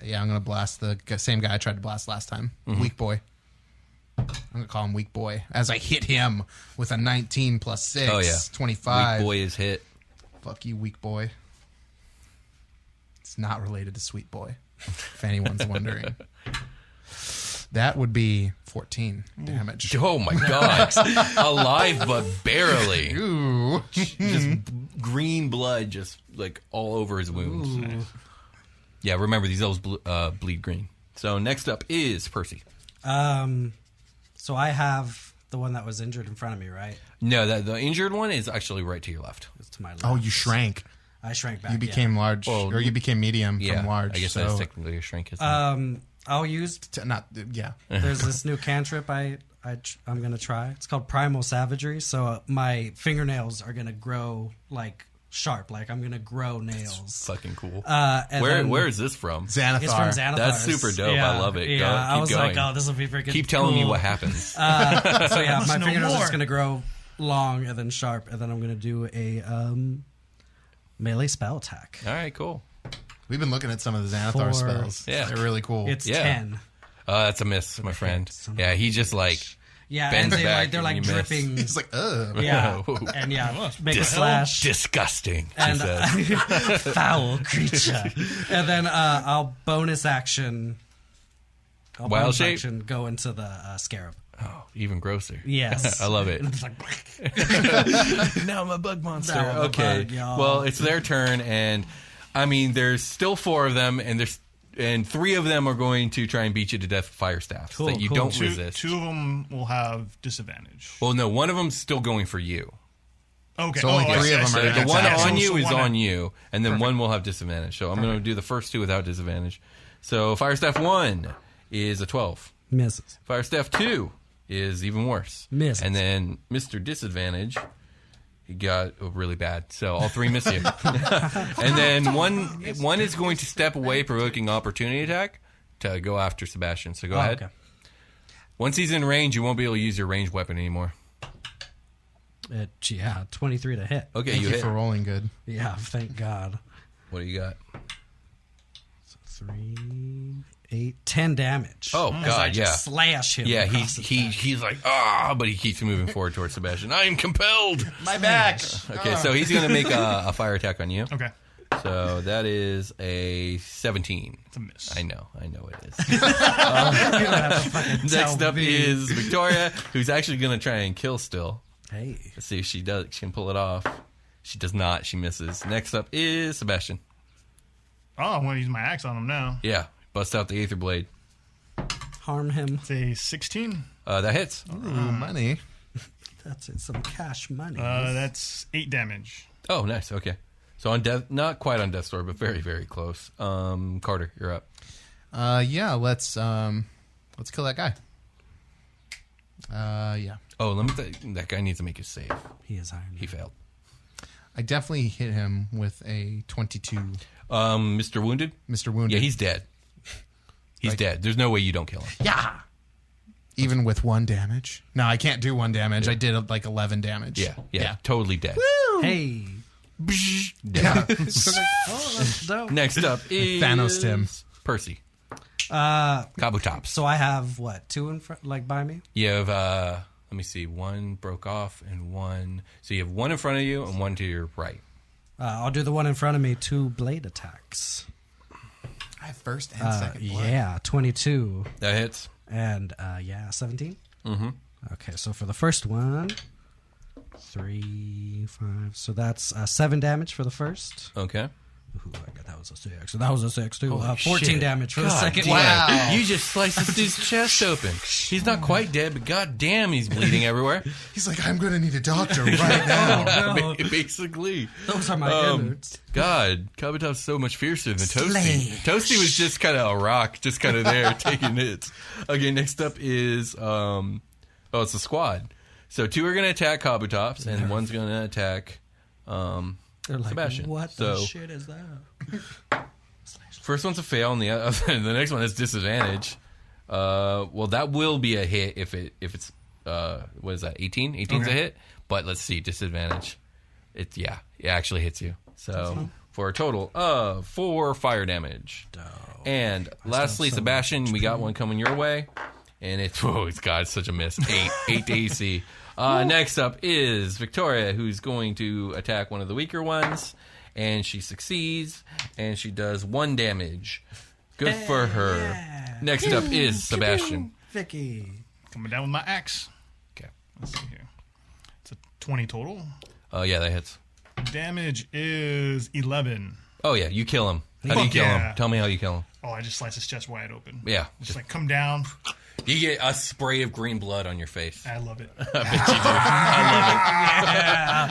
S4: Yeah, I'm gonna blast the g- same guy I tried to blast last time. Weak boy. I'm gonna call him Weak Boy as I hit him with a 19 plus six.
S1: Oh, yeah.
S4: 25.
S1: Weak boy is hit.
S4: Fuck you, Weak Boy. It's not related to Sweet Boy, if anyone's wondering. That would be 14 damage.
S1: Oh my god. Alive but barely.
S4: Ooh.
S1: Just
S3: Hmm.
S1: green blood just like all over his wounds. Yeah, remember these elves ble- uh, bleed green. So next up is Percy.
S3: Um, so I have the one that was injured in front of me, right?
S1: No, the, the injured one is actually right to your left.
S3: It's to my left.
S4: Oh, you shrank.
S3: I shrank back.
S4: You became large,
S1: Well,
S4: or you became medium
S1: Yeah,
S4: from large.
S1: I guess
S4: so
S1: that's technically a shrink. Isn't it?
S3: Yeah. Um, I'll use.
S4: t- not yeah.
S3: There's this new cantrip I I tr- I'm gonna try. It's called Primal Savagery. So uh, my fingernails are gonna grow like sharp. Like I'm gonna grow nails.
S1: Fucking cool.
S3: Uh, and
S1: where
S3: then-
S1: where is this from?
S4: Xanathar.
S3: It's from Xanathar.
S1: That's super dope. I love it. Go-
S3: Yeah, I
S1: keep
S3: was like,
S1: going.
S3: oh, this will be freaking.
S1: Keep telling me
S3: cool. Uh,
S1: what happens.
S3: so yeah, my
S2: no
S3: fingernails are
S2: more.
S3: just gonna grow long and then sharp, and then I'm gonna do a um, melee spell attack.
S1: all right, cool.
S4: We've been looking at some of the Xanathar
S3: Four.
S4: spells.
S1: Yeah.
S4: They're really cool.
S3: It's
S1: Yeah.
S3: ten.
S1: Uh, that's a miss, my friend.
S3: Son of
S1: Yeah,
S3: a
S1: he just like
S3: Yeah,
S1: Bends
S3: and they
S1: back
S3: like they're
S1: and you
S3: like
S1: miss.
S3: dripping.
S4: it's like, ugh.
S3: Yeah,
S1: Whoa.
S3: and yeah, make a
S1: dis-
S3: slash.
S1: disgusting. She
S3: and uh,
S1: says.
S3: foul creature. and then uh, I'll bonus action. I'll
S1: Wild
S3: bonus
S1: shape?
S3: action go into the uh, scarab.
S1: Oh, even grosser.
S3: Yes.
S1: I love it.
S3: It's like,
S1: now I'm a bug monster.
S3: Now I'm a
S1: okay.
S3: bug, y'all.
S1: well, it's their turn, and I mean, there's still four of them, and there's and three of them are going to try and beat you to death with fire staffs
S3: Cool,
S1: that you
S3: cool.
S1: don't
S2: Two,
S1: resist.
S2: two of them will have disadvantage.
S1: Well, no, one of them's still going for you.
S2: Okay, Oh,
S4: So only
S2: I
S4: three
S2: see,
S4: of
S2: I
S4: them
S2: see.
S4: are
S2: Yeah,
S1: The
S4: That's
S1: one
S4: actual.
S1: on you
S2: So
S1: is
S2: one
S1: on you, and then one will have disadvantage. So I'm going to do the first two without disadvantage. So fire staff one is a twelve.
S3: misses.
S1: Fire Staff 2 is even worse.
S3: Misses.
S1: And then Mr. Disadvantage, he got oh, really bad. So all three miss you. and then one one is going to step away, provoking opportunity attack to go after Sebastian. So go
S3: Oh,
S1: ahead.
S3: okay.
S1: Once he's in range, you won't be able to use your range weapon anymore.
S3: It, yeah, twenty three to hit.
S1: Okay,
S4: Thank
S1: you
S4: you,
S1: hit.
S4: for rolling good.
S3: Yeah, thank God.
S1: what do you got?
S3: Three, eight, ten damage.
S1: Oh
S3: As I
S1: God,
S3: just
S1: yeah,
S3: slash him.
S1: yeah.
S3: across
S1: He's
S3: his
S1: he
S3: back.
S1: he's like ah, but he keeps moving forward towards Sebastian. I am compelled.
S4: My back.
S1: Okay, so he's gonna make a, a fire attack on you.
S2: Okay,
S1: So that is a seventeen.
S2: it's a miss.
S1: I know, I know it is. Uh,
S3: You don't have to fucking
S1: Next
S3: tell
S1: up
S3: me.
S1: is Victoria, who's actually going to try and kill still.
S3: hey.
S1: Let's see if she does. She can pull it off. She does not. She misses. Next up is Sebastian.
S2: Oh, I want to use my axe on him now.
S1: Yeah, bust out the Aether Blade.
S3: Harm him.
S2: It's a 16.
S1: Uh, that hits.
S4: Ooh, Oh, money.
S3: That's it. Some cash money.
S2: Uh, that's eight damage.
S1: Oh, nice. Okay. So on death, not quite on death's door, but very, very close. Um, Carter, you're up.
S4: Uh, yeah, let's um, let's kill that guy. Uh, yeah,
S1: Oh, let me. Th- that guy needs to make a save.
S3: He is Iron Man.
S1: He failed.
S4: I definitely hit him with a twenty-two,
S1: Um, Mr. Wounded.
S4: Mister Wounded.
S1: Yeah, he's dead. He's dead. There's no way you don't kill him.
S4: yeah. Even with one damage? No, I can't do one damage. I did like eleven damage.
S1: Yeah, yeah, totally dead.
S3: Hey.
S1: Dead.
S3: Oh, that's dope.
S1: Next up is
S4: Thanos Tim.
S1: Percy.
S3: Uh,
S1: Kabutops.
S3: so I have what two in front, like by me.
S1: You have uh let me see, one broke off and one so you have one in front of you and one to your right.
S3: Uh, I'll do the one in front of me. Two blade attacks. Uh,
S4: I have first and
S1: Uh,
S4: second. blood.
S3: Yeah, twenty-two
S1: That hits.
S3: and uh, yeah, 17 Mm-hmm. Okay, so for the first one, three, five. So that's uh, seven damage for the first.
S1: Okay.
S3: Ooh, I got that was a six. So that was a six too. Uh, Fourteen
S1: Shit.
S3: damage for the
S1: God
S3: second
S1: damn.
S3: one.
S4: Wow.
S1: You just sliced this dude's chest open. He's not quite dead, but god damn he's bleeding everywhere.
S4: He's like, I'm gonna need a doctor right now.
S1: Ba- Basically.
S3: Those are my
S1: Um,
S3: innards.
S1: God, Kabutov's so much fiercer than Toasty.
S3: Slay.
S1: Toasty was just kind of a rock, just kind of there taking hits. Okay, next up is um, oh, it's a squad. So two are going to attack Kabutops, and one's going to attack um,
S3: They're like,
S1: Sebastian.
S3: what
S1: so
S3: the shit is that?
S1: first one's a fail, and the other, the next one is disadvantage. Uh, well, that will be a hit if it if it's uh, what is that? 18? 18's a hit, but let's see disadvantage. It's yeah, it actually hits you. So for a total of four fire damage. And lastly, Sebastian, we got one coming your way, and it's oh, it's God, it's such a miss. Eight, eight to AC. Uh, next up is Victoria, who's going to attack one of the weaker ones, and she succeeds, and she does one damage. Good for her. Next up is Sebastian.
S3: Vicky.
S2: Coming down with my axe.
S1: Okay.
S2: Let's see here. It's a 20 total.
S1: Oh yeah, that hits.
S2: Damage is 11.
S1: Oh yeah, you kill him. How do you
S2: Fuck
S1: kill
S2: yeah.
S1: him? Tell me how you kill him.
S2: Oh, I just sliced his chest wide open.
S1: Yeah,
S2: Just like come down.
S1: you get a spray of green blood on your face.
S2: I love it.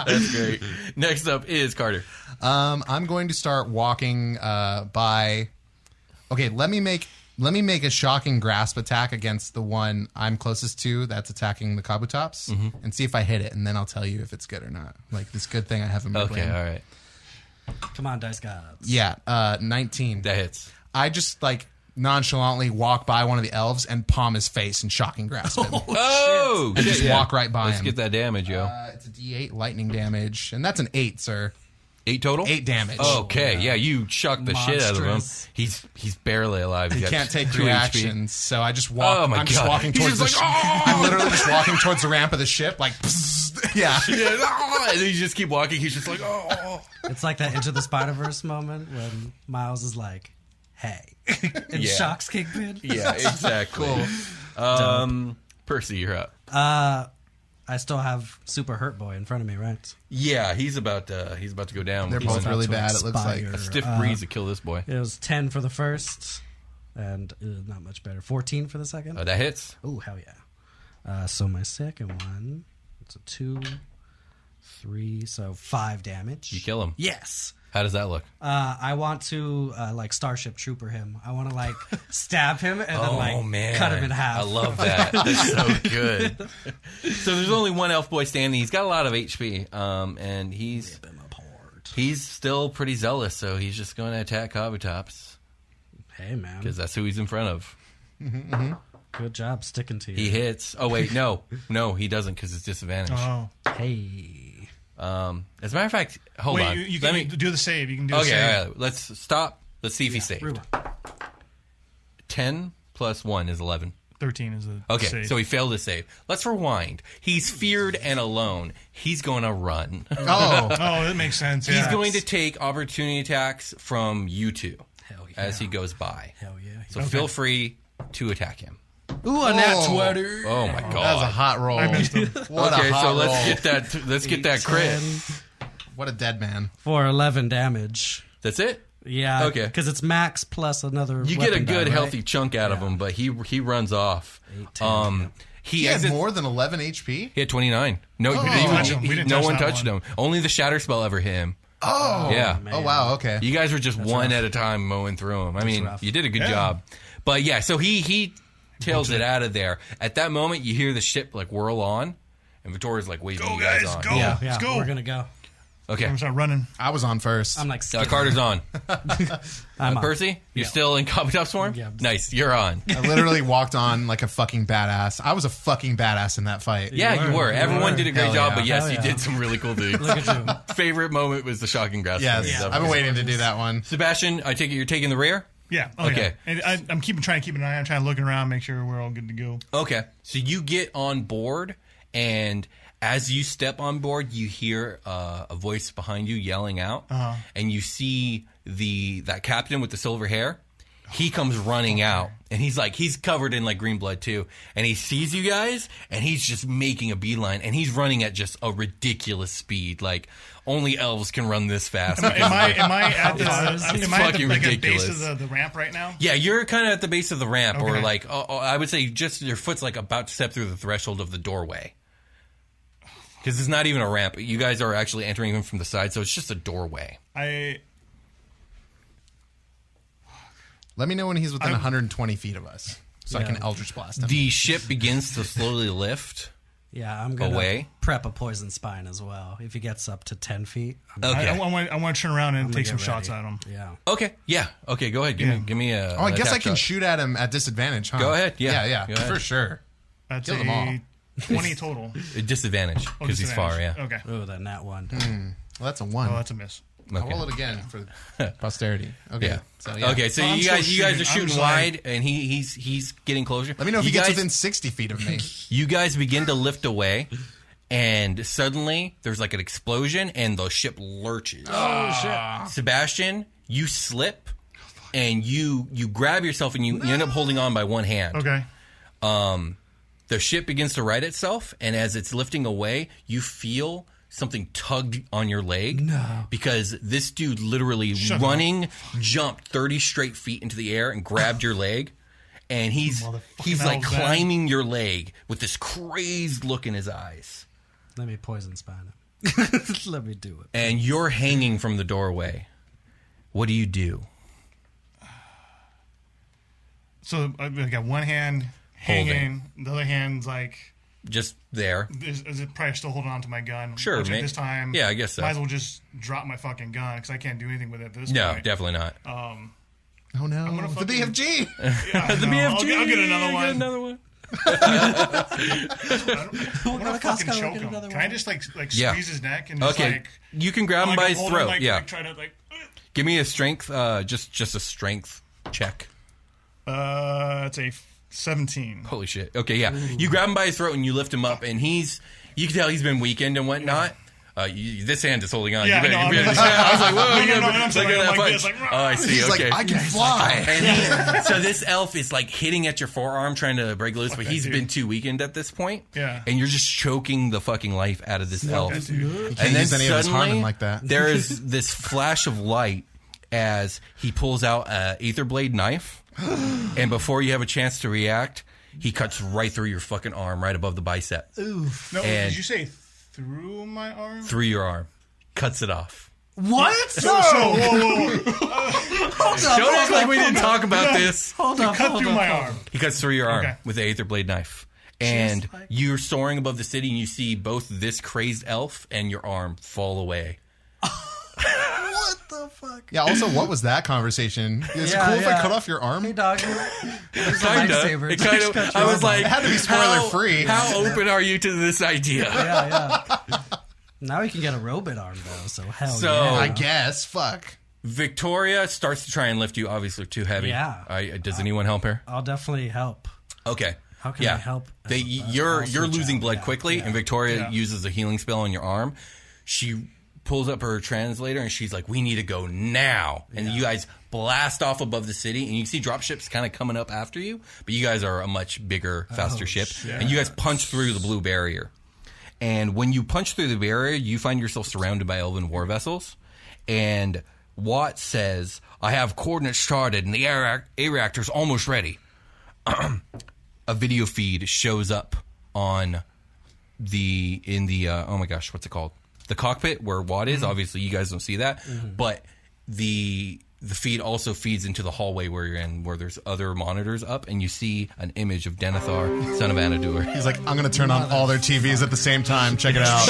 S1: That's great. Next up is Carter.
S4: Um, I'm going to start walking uh, by. Okay, let me make let me make a shocking grasp attack against the one I'm closest to that's attacking the Kabutops,
S1: Mm-hmm.
S4: and see if I hit it, and then I'll tell you if it's good or not. Like this good thing I have in my
S1: Okay,
S4: brain.
S1: all right,
S3: Come on, dice gods.
S4: Yeah, uh, 19.
S1: that hits.
S4: I just like nonchalantly walk by one of the elves and palm his face and shocking grasp him.
S1: Oh,
S4: and
S1: shit,
S4: just
S1: yeah.
S4: walk right by
S1: Let's
S4: him.
S1: get that damage, yo.
S4: Uh, it's a D8 lightning damage, and that's an eight, sir.
S1: eight total.
S4: Eight damage.
S1: Okay, yeah, you chuck the shit out of him.
S3: Monstrous.
S1: He's he's barely alive. He's
S4: You
S1: got
S4: can't take
S1: two
S4: two
S1: HP.
S4: actions, so I just walk.
S1: Oh my
S4: I'm just
S1: God.
S4: walking
S1: He's
S4: towards
S1: just
S4: the.
S1: like, "Oh!"
S4: sh- I'm literally just walking towards the ramp of the ship, like. psst. yeah.
S1: Yeah, ah, and then you just keep walking. He's just like, oh, oh.
S3: It's like that Into the Spider Verse moment when Miles is like, "Hey," and
S1: Yeah.
S3: shocks Kingpin.
S1: yeah, exactly. Um, Percy, you're up.
S3: Uh, I still have Super Hurt Boy in front of me, right?
S1: Yeah, he's about to he's about to go down.
S4: They're
S1: He's
S4: both
S1: on-
S4: really
S3: To
S4: bad. It looks like
S3: expire.
S1: a stiff breeze to kill this boy.
S3: Uh, It was ten for the first, and uh, not much better. Fourteen for the second.
S1: Uh, that hits.
S3: Oh hell yeah! Uh, so my second one, it's a two, three, so five damage.
S1: You kill him.
S3: Yes.
S1: How does that look?
S3: Uh, I want to uh, like Starship Trooper him. I want to like stab him and then
S2: Oh,
S3: like cut him in half.
S1: Oh, I love that. That's so good. so there's only one elf boy standing. He's got a lot of HP, um, and he's
S3: him apart.
S1: he's still pretty zealous. So he's just going to attack Kabutops
S3: Hey man,
S1: because that's who he's in front of.
S3: good job sticking to
S1: He
S3: you.
S1: hits. Oh wait, no, no, he doesn't because it's disadvantage.
S3: Uh-huh.
S2: Oh.
S3: Hey,
S1: Um, as a matter of fact, hold
S2: Wait,
S1: on.
S2: you, you
S1: Let
S2: can
S1: me.
S2: do the save. You can do the
S1: Okay,
S2: save.
S1: all right, let's stop. Let's see if he saved.
S3: Ruben.
S1: Ten plus one is eleven.
S2: 13 is the
S1: Okay,
S2: save.
S1: so he failed to save. Let's rewind. He's feared and alone. He's going to run.
S2: oh,
S4: Oh,
S2: that makes sense.
S1: He's
S2: yeah.
S1: going to take opportunity attacks from you two
S3: Hell yeah.
S1: as he goes by.
S3: Hell yeah.
S1: So feel free to attack him.
S3: Ooh, a
S4: nat
S3: nat
S4: Whoa. 20.
S1: Oh my
S4: that was a
S1: god!
S4: hot roll.
S2: I missed him.
S4: What
S1: okay,
S4: a hot
S1: so let's
S4: roll.
S1: get that. Let's get that crit.
S4: what a dead man.
S3: for eleven damage.
S1: That's it.
S3: Yeah.
S1: Okay.
S3: Because it's max plus another.
S1: You get a
S3: weapon die,
S1: good
S3: right?
S1: healthy chunk out of him, but he he runs off.
S3: 10,
S1: Um, he,
S4: He has
S1: exits-
S4: more than 11 HP.
S1: He had 29. No,
S4: We
S1: he-
S4: didn't
S1: he-
S4: touch
S2: him. We
S1: he-
S2: didn't
S1: no
S2: touch
S1: one
S2: that
S1: touched
S2: one.
S1: him. Only the shatter spell ever hit him.
S4: Oh.
S1: Yeah.
S4: Oh wow. Okay.
S1: You guys were just one at a time mowing through them. I mean,
S3: rough.
S1: you did a good
S4: Yeah.
S1: job. But yeah, so he he tails it out of there. At that moment, you hear the ship like whirl on, and Victoria's like waving
S2: Go,
S1: you guys,
S2: guys,
S1: on.
S2: go.
S3: Yeah,
S2: Let's
S3: yeah,
S2: go.
S3: we're gonna go.
S1: Okay,
S2: I'm start running.
S4: I was on first.
S3: I'm like,
S1: uh,
S3: scared.
S1: Carter's on. Uh,
S3: I'm up.
S1: Percy, you're still in Copy Top Swarm.
S3: Yeah.
S1: Nice, you're on.
S4: I literally walked on like a fucking badass. I was a fucking badass in that fight.
S1: Yeah, you
S3: were.
S1: were.
S3: You
S1: Everyone
S3: were.
S1: did a great
S4: Hell
S1: job,
S4: yeah.
S1: but yes,
S3: Hell
S1: you
S3: yeah.
S1: did some really cool things.
S3: Look at you.
S1: Favorite moment was the shocking grass.
S4: Yes.
S1: Yeah.
S4: I've been waiting to do that one.
S1: Sebastian, I take it you're taking the rear.
S2: Yeah. Oh,
S1: Okay.
S2: Yeah. And I, I'm keeping trying to keep an eye. I'm trying to look around, make sure we're all good to go.
S1: Okay. So you get on board, and as you step on board, you hear uh, a voice behind you yelling out,
S2: Uh-huh.
S1: and you see the that captain with the silver hair. He comes running out, and he's like he's covered in like green blood too, and he sees you guys, and he's just making a beeline, and he's running at just a ridiculous speed, like only elves can run this fast.
S2: Am I? Am I at the?
S1: it's
S2: am I at the,
S1: fucking
S2: like, at the base
S1: ridiculous.
S2: of the, the ramp right now?
S1: Yeah, you're kind of at the base of the ramp, or
S2: Okay.
S1: like oh, oh, I would say, just your foot's like about to step through the threshold of the doorway. Because it's not even a ramp. You guys are actually entering in from the side, so it's just a doorway.
S2: I.
S4: Let me know when he's within 120 feet of us, so I can Eldritch Blast him.
S1: The ship begins to slowly lift.
S3: Yeah, I'm gonna
S1: Away.
S3: prep a poison spine as well. If he gets up to ten feet, I'm gonna
S2: I,
S1: Okay.
S2: I, want, I want to turn around and take
S3: get
S2: some shots at
S3: ready.
S2: him.
S3: Yeah,
S1: okay. Yeah. Okay. Go ahead. Give me. Give me a.
S4: oh, I guess I
S1: attack
S4: can
S1: shot.
S4: shoot at him at disadvantage. Huh?
S1: Go ahead, yeah.
S4: Yeah.
S1: Go
S4: Yeah.
S1: ahead.
S4: For sure.
S2: That's
S4: Kill them all.
S2: a twenty total.
S1: A disadvantage
S2: Oh,
S1: because he's far. Yeah.
S2: disadvantage. Okay.
S3: oh, then that one.
S4: Well, that's a one.
S2: Oh, that's a miss.
S4: I'll roll it again for posterity. Okay.
S1: Yeah.
S4: So, yeah.
S1: Okay. So
S2: Well, I'm
S1: you
S2: still
S1: guys, you guys are
S2: shooting. I'm
S1: shooting
S2: just like-
S1: wide, and he, he's he's getting closer.
S4: Let me know if
S1: you
S4: he gets
S1: guys-
S4: within 60 feet of me.
S1: You guys begin to lift away, and suddenly there's like an explosion, and the ship lurches. Oh shit! Sebastian, you slip, and you you grab yourself, and you, you end up holding on by one hand.
S2: Okay.
S1: The ship begins to right itself, and as it's lifting away, you feel something tugged on your leg. No. Because this dude literally running jumped 30 straight feet into the air and grabbed your leg. And he's he's like
S2: elves, man.
S1: climbing your leg with this crazed look in his eyes.
S3: Let me poison spine him. Let me do it.
S1: And you're hanging from the doorway. What do you do?
S2: So I I got one hand
S1: Holding.
S2: hanging, the other hand's like
S1: Just there.
S2: is, is it probably still holding on to my gun.
S1: Sure,
S2: which
S1: mate.
S2: at this time,
S1: Yeah, I guess so.
S2: Might as well just drop my fucking gun because I can't do anything with it. At this
S1: No,
S2: point.
S1: definitely not.
S4: Oh, no.
S2: gonna
S4: the
S2: fucking-
S4: BFG.
S2: the I'll, get- I'll get another one.
S1: another one.
S2: I'm gonna
S3: Go to Costco
S2: fucking
S3: and
S2: choke
S3: get
S2: him.
S3: another
S2: Can I
S3: one.
S2: just like like
S1: Yeah.
S2: squeeze his neck and just
S1: Okay.
S2: like
S1: you can grab him
S2: like,
S1: by
S2: I'm
S1: his
S2: holding,
S1: throat.
S2: Like,
S1: yeah.
S2: like, try to like.
S1: Give me a strength, uh, just just a strength check.
S2: Uh, it's a seventeen.
S1: Holy shit! Okay, yeah, you grab him by his throat and you lift him up, and he's you can tell he's been weakened and whatnot. Uh, you, this hand is holding on.
S2: Yeah,
S1: you
S2: no, I'm-
S1: you I was like, whoa,
S2: No, no,
S1: you
S2: no,
S1: gotta-
S2: and I'm
S1: look at
S2: like-
S1: that
S2: I'm like
S1: punch.
S2: this, like,
S1: oh, I see.
S4: He's
S1: okay.
S4: like, I can fly.
S1: and he, so this elf is like hitting at your forearm, trying to break loose, but
S2: that
S1: he's
S2: dude.
S1: been too weakened at this point.
S2: Yeah.
S1: and you're just choking the fucking life out of this elf.
S2: that dude.
S4: Can't use any of his Harmon like that.
S1: there is this flash of light as he pulls out a ether blade knife, and before you have a chance to react, he cuts right through your fucking arm, right above the bicep,
S2: No,
S1: And-
S2: did you say through my arm?
S1: through your arm, cuts it off.
S3: What?
S2: So,
S1: Oh,
S2: whoa, whoa, whoa.
S1: Don't act like we didn't talk about this.
S3: Hold on,
S2: cut
S3: hold
S2: through
S3: on.
S2: my arm.
S1: He cuts through your arm
S2: Okay.
S1: with an aether blade knife. And
S3: like-
S1: you're soaring above the city, and you see both this crazed elf and your arm fall away.
S3: What the fuck?
S4: Yeah, also, what was that conversation? It's
S3: Yeah,
S4: cool if I
S3: yeah.
S4: cut off your arm.
S3: Hey, dog. Here's a
S1: Kinda.
S3: lifesaver.
S1: It kinda-
S3: Just cut
S1: I
S3: your
S1: was
S3: arm
S1: like,
S4: It had to be
S1: how-
S4: spoiler-free.
S1: How open are you to this idea?
S3: off. yeah, yeah. Now he can get a robot arm though. So hell
S1: So-
S3: yeah.
S4: I guess. Fuck.
S1: Victoria starts to try and lift you. Obviously, too heavy.
S3: Yeah.
S1: I, does anyone help her?
S3: I'll definitely help.
S1: Okay.
S3: How can
S1: yeah.
S3: I help?
S1: They,
S3: Uh,
S1: you're
S3: I'll
S1: you're
S3: switch
S1: losing
S3: out.
S1: blood
S3: Yeah,
S1: quickly,
S3: yeah.
S1: and Victoria uses a healing spell on your arm. She pulls up her translator and she's like, "We need to go now!" And you guys blast off above the city, and you see dropships kind of coming up after you, but you guys are a much
S3: Oh,
S1: bigger, faster ship, and you guys punch through the blue barrier. And when you punch through the barrier, you find yourself surrounded by elven war vessels. And Watt says, I have coordinates charted and the air, air reactor's almost ready. a video feed shows up on the, in the, uh, oh my gosh, what's it called? the cockpit where Watt is. Obviously, you guys don't see that, but the the feed also feeds into the hallway where you're in, where there's other monitors up, and you see an image of Denethor, son of Anadur.
S4: He's like, I'm gonna turn on all their TVs at the same time. Check it out.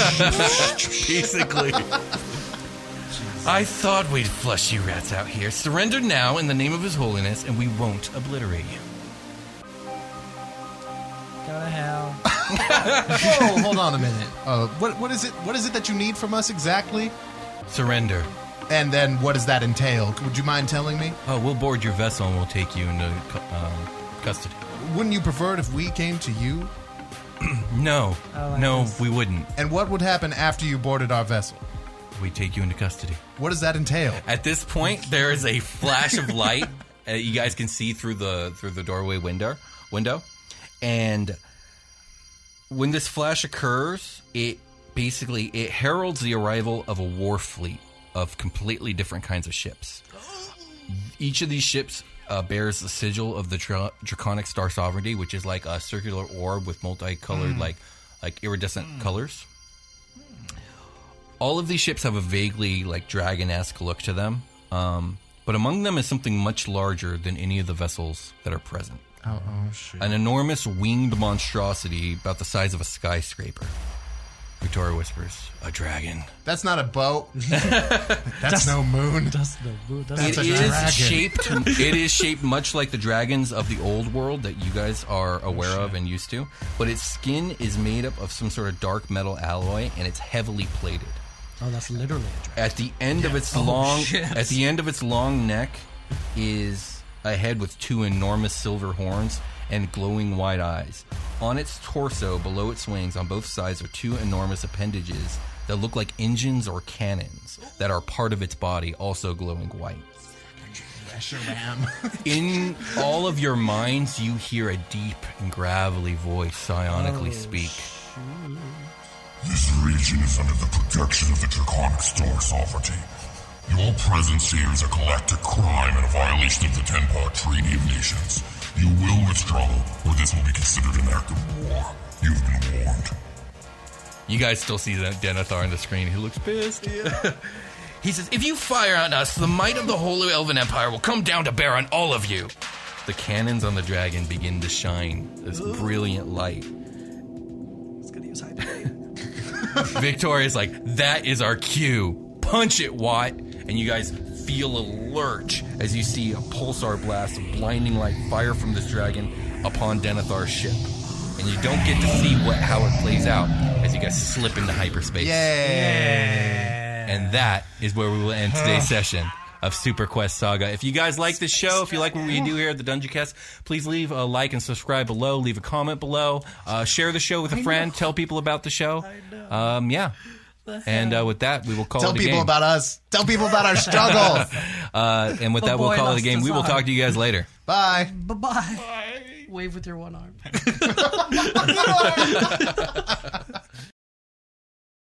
S1: Basically. I thought we'd flush you rats out here. Surrender now in the name of His Holiness, and we won't obliterate you.
S3: Go to hell.
S1: Oh,
S4: Whoa, hold on a minute. Uh, what what is it? What is it that you need from us exactly?
S1: Surrender.
S4: And then what does that entail? Would you mind telling me?
S1: Oh, we'll board your vessel and we'll take you into cu- um, custody.
S4: Wouldn't you prefer it if we came to you?
S1: No,
S3: I like
S1: no,
S3: this.
S1: we wouldn't.
S4: And what would happen after you boarded our vessel?
S1: We take you into custody.
S4: What does that entail?
S1: At this point, there is a flash of light uh, you guys can see through the through the doorway window window, and when this flash occurs, it basically it heralds the arrival of a war fleet of completely different kinds of ships. Each of these ships uh, bears the sigil of the Dra- Draconic Star Sovereignty, which is like a circular orb with multicolored, like like iridescent colors. all of these ships have a vaguely like dragon-esque look to them um, but among them is something much larger than any of the vessels that are present
S4: Oh, oh shit.
S1: an enormous winged monstrosity about the size of a skyscraper victoria whispers a dragon
S4: That's not a boat. That's no moon.
S3: That's the boo. That's
S1: It
S4: It's
S1: is
S4: a dragon.
S1: shaped it is shaped much like the dragons of the old world that you guys are
S4: Oh,
S1: aware of and used to but its skin is made up of some sort of dark metal alloy and it's heavily plated
S3: oh, that's literally a dragon.
S1: At the end of its long at the end of its long neck is a head with two enormous silver horns and glowing white eyes. On its torso, below its wings, on both sides are two enormous appendages that look like engines or cannons that are part of its body, also glowing white. In all of your minds, you hear a deep and gravelly voice psionically
S3: Oh,
S1: speak.
S5: This region is under the protection of the Draconic Star Sovereignty. Your presence here is a galactic crime and a violation of the Ten Part Treaty of Nations. You will withdraw, or this will be considered an act of war. You've been warned.
S1: You guys still see that Denethor on the screen. He looks pissed. he says, If you fire on us, the might of the whole Elven Empire will come down to bear on all of you. The cannons on the dragon begin to shine this brilliant light.
S3: It's gonna use high blade.
S1: Victoria's like, That is our cue. Punch it, Watt. And you guys feel a lurch as you see a pulsar blast of blinding light fire from this dragon upon Denethor's ship. And you don't get to see what how it plays out as you guys slip into hyperspace. And that is where we will end today's session of Super Quest Saga. If you guys like this show, if you like what we do here at the Dungeon Cast, please leave a like and subscribe below. Leave a comment below. Uh, share the show with a friend. Tell people about the show. Um, yeah. And uh, with that, we will call
S4: Tell
S1: it a
S4: people
S1: game.
S4: about us. Tell people about our struggle.
S1: uh, and with
S3: The
S1: that, we'll
S3: boy
S1: call it a
S3: lost
S1: game.
S3: his
S1: We will
S3: eye.
S1: talk to you guys later.
S4: Bye.
S3: Bye bye. Wave with your one arm.